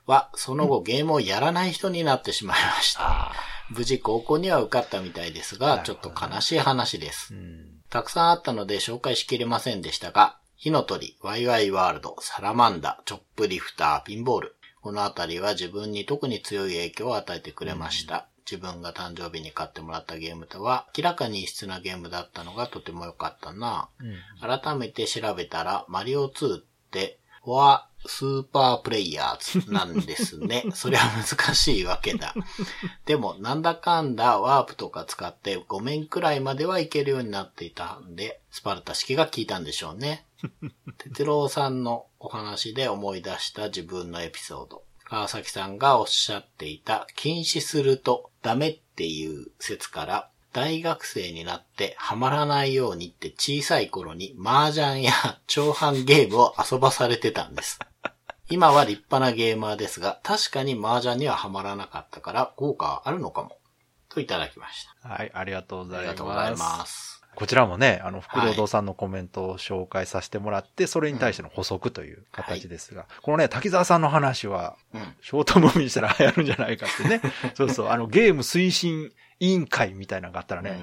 Speaker 3: は、その後ゲームをやらない人になってしまいました。
Speaker 2: ああ。
Speaker 3: 無事高校には受かったみたいです
Speaker 2: な
Speaker 3: が、
Speaker 2: る
Speaker 3: ち
Speaker 2: ほ
Speaker 3: ょっ
Speaker 2: ど
Speaker 3: と
Speaker 2: ね
Speaker 3: 悲しい話です
Speaker 2: う。ん。
Speaker 3: たくさんあったので紹介しきれませんでしたが、火の鳥、ワイワイワールド、サラマンダ、チョップリフター、ピンボール。このあたりは自分に特に強い影響を与えてくれました。自分が誕生日に買ってもらったゲームとは、明らかに異質なゲームだったのがとても良かったな。
Speaker 2: うん。
Speaker 3: 改めて調べたら、マリオ2って、フォアスーパープレイヤーズなんで
Speaker 2: [laughs]
Speaker 3: すね。そりゃ難しいわけだ。でも、なんだかんだワープとか使って5面くらいまではいけるようになっていたんで、スパルタ式が効いたんでしょうね。哲郎さんのお話で思い出した自分のエピソード。川崎さんがおっしゃっていた、禁止するとダメっていう説から、大学生になってハマらないようにって小さい頃に麻雀や [laughs] 長飯ゲームを遊ばされてたんです。今は立派なゲーマーですが、確かに麻雀にはハマらなかったから、効果はあるのかも。といただきました。
Speaker 2: はい、ありがとうござ
Speaker 3: あり
Speaker 2: いま
Speaker 3: が
Speaker 2: す。
Speaker 3: とうございます。
Speaker 2: こちらもね、あの、福労堂さんのコメントを紹介させてもらって、それに対しての補足という形ですが、このね、滝沢さんの話は、
Speaker 3: うん。
Speaker 2: ショートムービーにしたら流行るんじゃないかって
Speaker 3: [laughs]
Speaker 2: ね。そうそう、あの、ゲーム推進委員会みたいなのがあったらね、
Speaker 3: う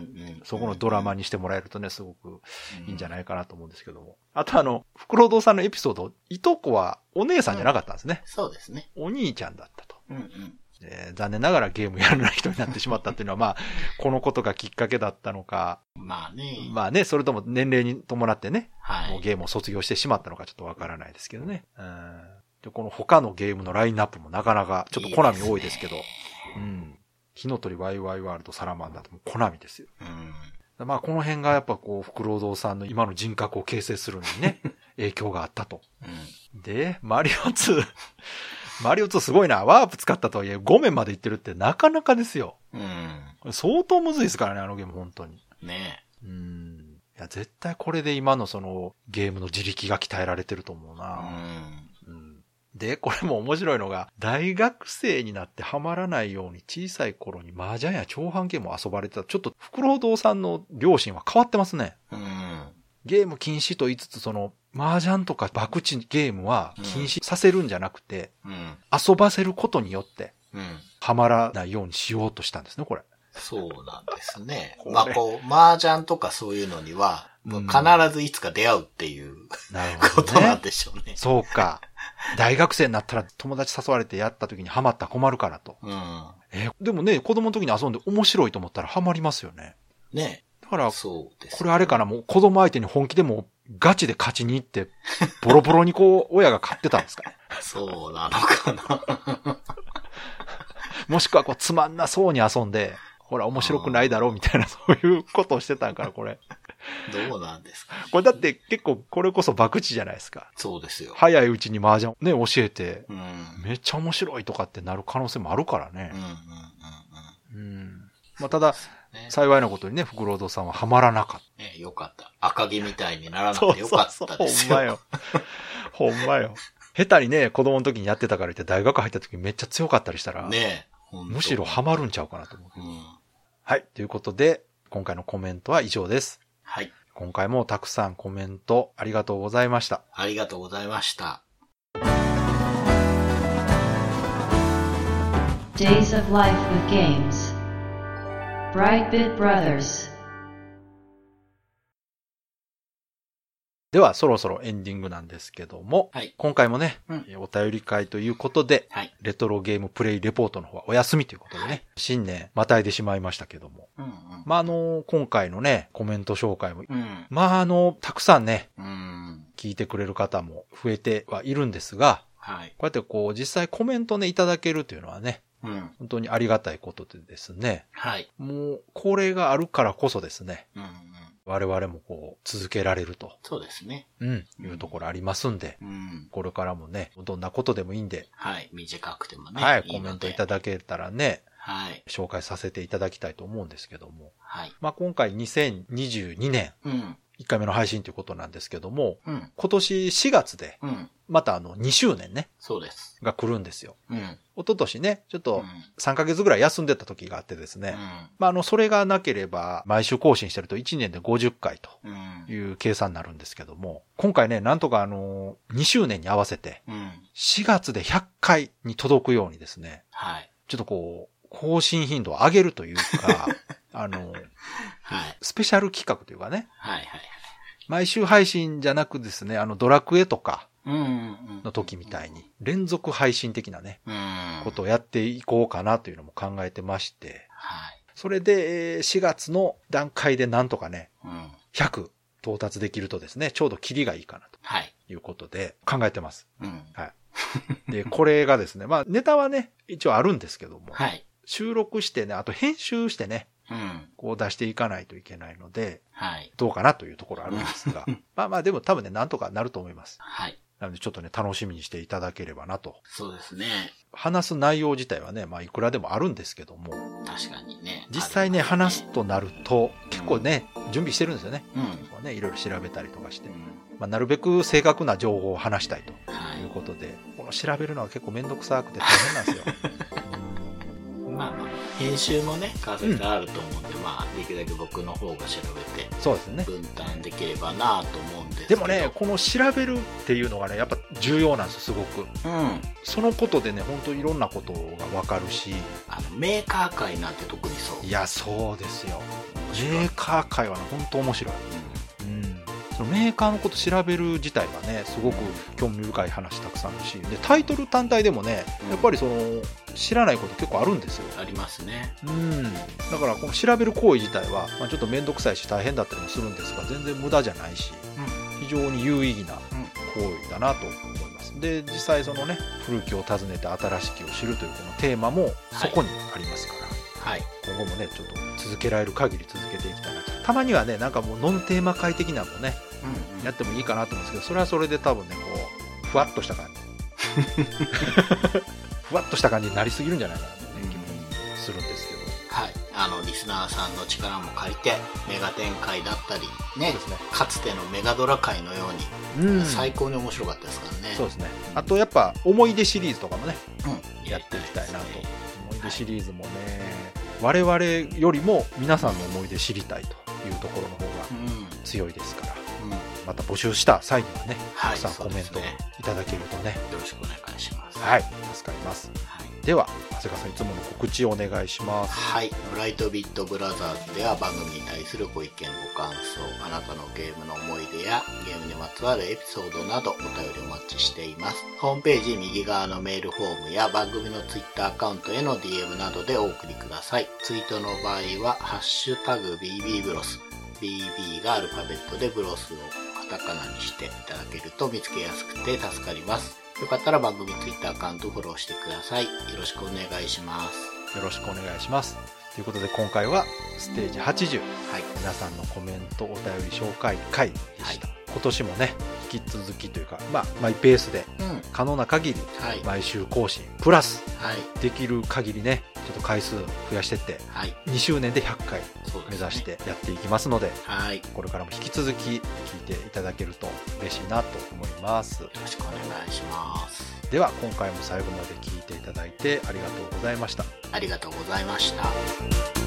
Speaker 3: ん
Speaker 2: そこのドラマにしてもらえるとね、すごくいいんじゃ
Speaker 3: ない
Speaker 2: ないかなと思うんですけども。あとあの、袋堂さんのエピソード、いとこはお姉さんじゃなかったんですね。
Speaker 3: そうですね。
Speaker 2: お兄ちゃんだったと。
Speaker 3: うんうん。
Speaker 2: えー残念ながらゲームやらない人になってしまったっていうのは、まあ、このことがきっかけだったのか、
Speaker 3: まあね。
Speaker 2: まあね、それとも年齢に伴ってね、
Speaker 3: は
Speaker 2: もう
Speaker 3: い。
Speaker 2: ゲームを卒業してしまったのかちょっとわからないですけどね。うん。で、この他のゲームのラインナップもなかなか、ちょっとコナミ多いですけど、
Speaker 3: いい
Speaker 2: うん。火の鳥ワイワイワールドサラマンダーともコナミですよ。
Speaker 3: うん。
Speaker 2: まあ、この辺がやっぱこう、福労堂さんの今の人格を形成するのにね、影響があったと。
Speaker 3: う
Speaker 2: で、マリオ2。マリオ2すごいな。ワープ使ったとはいえ、5面までいってるってなかなかですよ。
Speaker 3: ん。う
Speaker 2: 相当むずいですからね、あのゲーム本当に。
Speaker 3: ん。ね
Speaker 2: うん。いや、絶対これで今のその、ゲームの自力が鍛えられてると思う
Speaker 3: え。う
Speaker 2: な。
Speaker 3: ん。
Speaker 2: うん。で、これも面白いのが、大学生になってハマらないように小さい頃に麻雀や長半ゲームを遊ばれてた。ちょっと、福労堂さんの両親は変わってますね。
Speaker 3: うん。
Speaker 2: ゲーム禁止と言いつつ、その、麻雀とか博打ゲームは禁止させるんじゃなくて、
Speaker 3: うん。
Speaker 2: 遊ばせることによって、
Speaker 3: うん。
Speaker 2: はまらないようにしようとしたんですね、これ。。
Speaker 3: そうなんですね
Speaker 2: これ
Speaker 3: まあこう、麻雀とかそういうのには、
Speaker 2: うん
Speaker 3: 必ずいつか出会うっていう
Speaker 2: なる
Speaker 3: こ
Speaker 2: ほ
Speaker 3: と
Speaker 2: ど、
Speaker 3: なん
Speaker 2: ね。
Speaker 3: でしょうね。
Speaker 2: そうか。大学生になったら友達誘われてやった時にハマったら困るからと。
Speaker 3: うん。
Speaker 2: えーでもね、子供の時に遊んで面白いと思ったらハマりますよね。
Speaker 3: ね。
Speaker 2: だから、
Speaker 3: そうです。
Speaker 2: これあれかな、もう子供相手に本気でもうガチで勝ちに行って、ボロボロにこう、親が勝ってたんですかね。
Speaker 3: そうなのかな。
Speaker 2: もしくはこう、つまんなそうに遊んで、ほら、面白くないだろうみたいな、そういうことをしてたんから、これ。
Speaker 3: どうなんですか。
Speaker 2: これだって結構、これこそ博打じゃないですか。
Speaker 3: そうですよ。
Speaker 2: 早いうちに麻雀ね、教えて、
Speaker 3: うん。うん
Speaker 2: めっちゃ面白いとかってなる可能性もあるからね
Speaker 3: うんうん。うん
Speaker 2: うん。まあ、ただ、
Speaker 3: ね
Speaker 2: 幸いなことにね、福労堂さんはハマらなかっ
Speaker 3: ね、よかった。赤毛みたいになら
Speaker 2: た。
Speaker 3: なくてよかった
Speaker 2: ほ
Speaker 3: で
Speaker 2: ん
Speaker 3: すよ。
Speaker 2: まよ。ほんまよ。下手にね、子供の時にやってたから言って大学入った時めっちゃ強かったりしたら、
Speaker 3: ねえ。ほんと
Speaker 2: むしろハマるんちゃうかなと思う。
Speaker 3: うん。
Speaker 2: はい。ということで、今回のコメントは以上です。
Speaker 3: はい。
Speaker 2: 今回もたくさんコメントありがとうございました。
Speaker 3: ありがとうございました。
Speaker 1: Days of Life with Games. Brightbit Brothers.
Speaker 2: では、そろそろエンディングなんですけども、
Speaker 3: はい
Speaker 2: 今回もね、
Speaker 3: うん
Speaker 2: えお便り会ということで、
Speaker 3: はい。
Speaker 2: レトロゲームプレイレポートの方はお休みということでね、新年またいでしまいましたけども。
Speaker 3: うん
Speaker 2: まあ、あの、今回のね、コメント紹介も、
Speaker 3: うん。うん。
Speaker 2: まあ、あの、たくさんね、
Speaker 3: うん。
Speaker 2: 聞いてくれる方も増えてはいるんですが、
Speaker 3: はい。
Speaker 2: こうやってこう、実際コメントね、いただけるというのはね、
Speaker 3: うん。
Speaker 2: 本当にありがたいことでですね、
Speaker 3: はい。
Speaker 2: もう、これがあるからこそですね、
Speaker 3: うんうん。
Speaker 2: 我々もこう、続けられると、
Speaker 3: そうですね。
Speaker 2: うん、いうところありますんで、
Speaker 3: うん。
Speaker 2: これからもね、どんなことでもいいんで、
Speaker 3: はい。短くてもね。
Speaker 2: はい、
Speaker 3: ので
Speaker 2: コメントいただけたらね、
Speaker 3: はい。
Speaker 2: 紹介させていただきたいと思うんですけども、
Speaker 3: はい。
Speaker 2: まあ、今回2022年、
Speaker 3: うん。
Speaker 2: 1回目の配信ということなんですけども、
Speaker 3: うん。
Speaker 2: 今年4月で、
Speaker 3: うん。
Speaker 2: またあの、2周年ね、
Speaker 3: そうです。
Speaker 2: が来るんですよ。
Speaker 3: うん。
Speaker 2: 一昨年ね、ちょっ
Speaker 3: うん
Speaker 2: と3ヶ月ぐらい休んでた時があってですね、まあ、あの、それがなければ、毎週更新してると1年で50回と
Speaker 3: うん。うん。
Speaker 2: いう計算になるんですけども、今回ね、なんとかあの、2周年に合わせて、
Speaker 3: うん。
Speaker 2: 4月で100回に届くようにですね、
Speaker 3: はい。
Speaker 2: ちょっとこう、更新頻度を上げるというか、あの、
Speaker 3: はい。
Speaker 2: スペシャル企画というかね、
Speaker 3: はい。はい。
Speaker 2: 毎週配信じゃなくですね、あの、ドラクエとか
Speaker 3: うん。
Speaker 2: の時みたいに、連続配信的なね、
Speaker 3: うん。
Speaker 2: ことをやっていこうかなというのも考えてまして、
Speaker 3: はい。
Speaker 2: それで、えー4月の段階でなんとかね、
Speaker 3: うん。
Speaker 2: 100到達できるとですね、ちょうどキリがいいかなと
Speaker 3: はい。
Speaker 2: いうことで考えてます。
Speaker 3: うん。
Speaker 2: で、これがですね、まあネタはね、一応あるんですけども、
Speaker 3: はい。
Speaker 2: 収録してね、あと編集してね、
Speaker 3: うん。
Speaker 2: こう出していかないといけないので、
Speaker 3: はい。
Speaker 2: どうかなというところあるんです [laughs] が、まあまあでも多分ね、なんとかなると思います。
Speaker 3: はい。
Speaker 2: なのでちょっとね、楽しみにしていただければなと。
Speaker 3: そうですね。
Speaker 2: 話す内容自体はね、まあいくらでもあるんですけども、
Speaker 3: 確かにね。
Speaker 2: 実際ね、
Speaker 3: ありま
Speaker 2: 話すとなると、結構ね、準備してるんですよね。
Speaker 3: うん。
Speaker 2: こうね、いろいろ調べたりとかして
Speaker 3: う、ん
Speaker 2: まあ、なるべく正確な情報を話したいと
Speaker 3: は
Speaker 2: という
Speaker 3: い。
Speaker 2: ことで、この調べるのは結構めんどくさくて大変なんですよ。 [laughs]
Speaker 3: まあまあ、編集もね、川崎があると思うんで、まあ、できるだけ僕の方が調べて、
Speaker 2: そうですね。
Speaker 3: 分担できればなと思うんですけ
Speaker 2: で
Speaker 3: ど
Speaker 2: もね、、この調べるっていうのがね、やっぱ重要なんですよ、すごく。
Speaker 3: うん。
Speaker 2: そのことでね、本当いろんなことがわかるし、
Speaker 3: あの、メーカー界なんて特にそう。
Speaker 2: いや、そうですよ。
Speaker 3: 面白い
Speaker 2: メーカー界はね、本当面白い。うん。そのメーカーのこと調べる自体はね、すごく興味深い話たくさんあるし、で、タイトル単体でもね、やっぱりその、知らないこと結構あるんですよ。
Speaker 3: ありますね。
Speaker 2: うん、だからこの調べる行為自体は、まあ、ちょっと面倒くさいし大変だったりもするんですが全然無駄じゃないし非常に有意義な行為だなと思いますで実際そのね古きを訪ねて新しきを知るというこのテーマもそこにありますから、
Speaker 3: はい。
Speaker 2: 今後もねちょっと続けられる限り続けていきたいなとたまにはねなんかもうノンテーマ会的なのもね
Speaker 3: うん
Speaker 2: やってもいいかなと思うんですけどそれはそれで多分ねこうふわっとした感じふわっとした感じになりすぎるんじゃないかなという気もするんですけど
Speaker 3: はい。あの、リスナーさんの力も借りて、メガ展開だったり、
Speaker 2: そ
Speaker 3: ね
Speaker 2: うですね、
Speaker 3: かつてのメガドラ界のよう
Speaker 2: うん
Speaker 3: に、最高に面白かったですからね。
Speaker 2: そうですねあとやっぱ思い出シリーズとかもね
Speaker 3: うん。
Speaker 2: やっていきたいなと
Speaker 3: ですね
Speaker 2: 思い出シリーズもね、我々よりも皆さんの思い出知りたいというところの方が
Speaker 3: う
Speaker 2: 強いですから
Speaker 3: ん。うん。
Speaker 2: また募集した際にはねた
Speaker 3: は
Speaker 2: く
Speaker 3: い。
Speaker 2: さん
Speaker 3: そ
Speaker 2: コ
Speaker 3: うで
Speaker 2: メン
Speaker 3: す
Speaker 2: ト
Speaker 3: ね。
Speaker 2: いただけるとね
Speaker 3: よろしくお願いします。
Speaker 2: はい助かります
Speaker 3: はい
Speaker 2: では長谷川さんいつもの告知をお願いします
Speaker 3: はい。ブライトビットブラザーズでは番組に対するご意見、ご感想、あなたのゲームの思い出やゲームにまつわるエピソードなどお便りお待ちしています。ホームページ右側のメールフォームや番組のツイッターアカウントへの DM などでお送りください。ツイートの場合は、ハッシュタグ BB ブロス。BB がアルファベットでブロスをカタカナにしていただけると見つけやすくて助かります。よかったら番組ツイッターアカウントフォローしてください。よろしくお願いします。
Speaker 2: よろしくお願いしますということで今回はステージ80
Speaker 3: はい。
Speaker 2: 皆さんのコメントお便り紹介会でした、今年もね引き続きというかまあマイペースで
Speaker 3: うん。
Speaker 2: 可能な限り
Speaker 3: はい。
Speaker 2: 毎週更新プラス
Speaker 3: はい。
Speaker 2: できる限りねちょっと回数増やしてって
Speaker 3: はい。
Speaker 2: 2周年で100回
Speaker 3: そうです
Speaker 2: 目
Speaker 3: ね
Speaker 2: 指し。てやっていきますので
Speaker 3: はい。よ
Speaker 2: これからも引き続き聞いていただけると嬉しいなと思います
Speaker 3: ろしくお願いします。
Speaker 2: では今回も最後まで聞いていただいてありがとうございました
Speaker 3: ありがとうございました。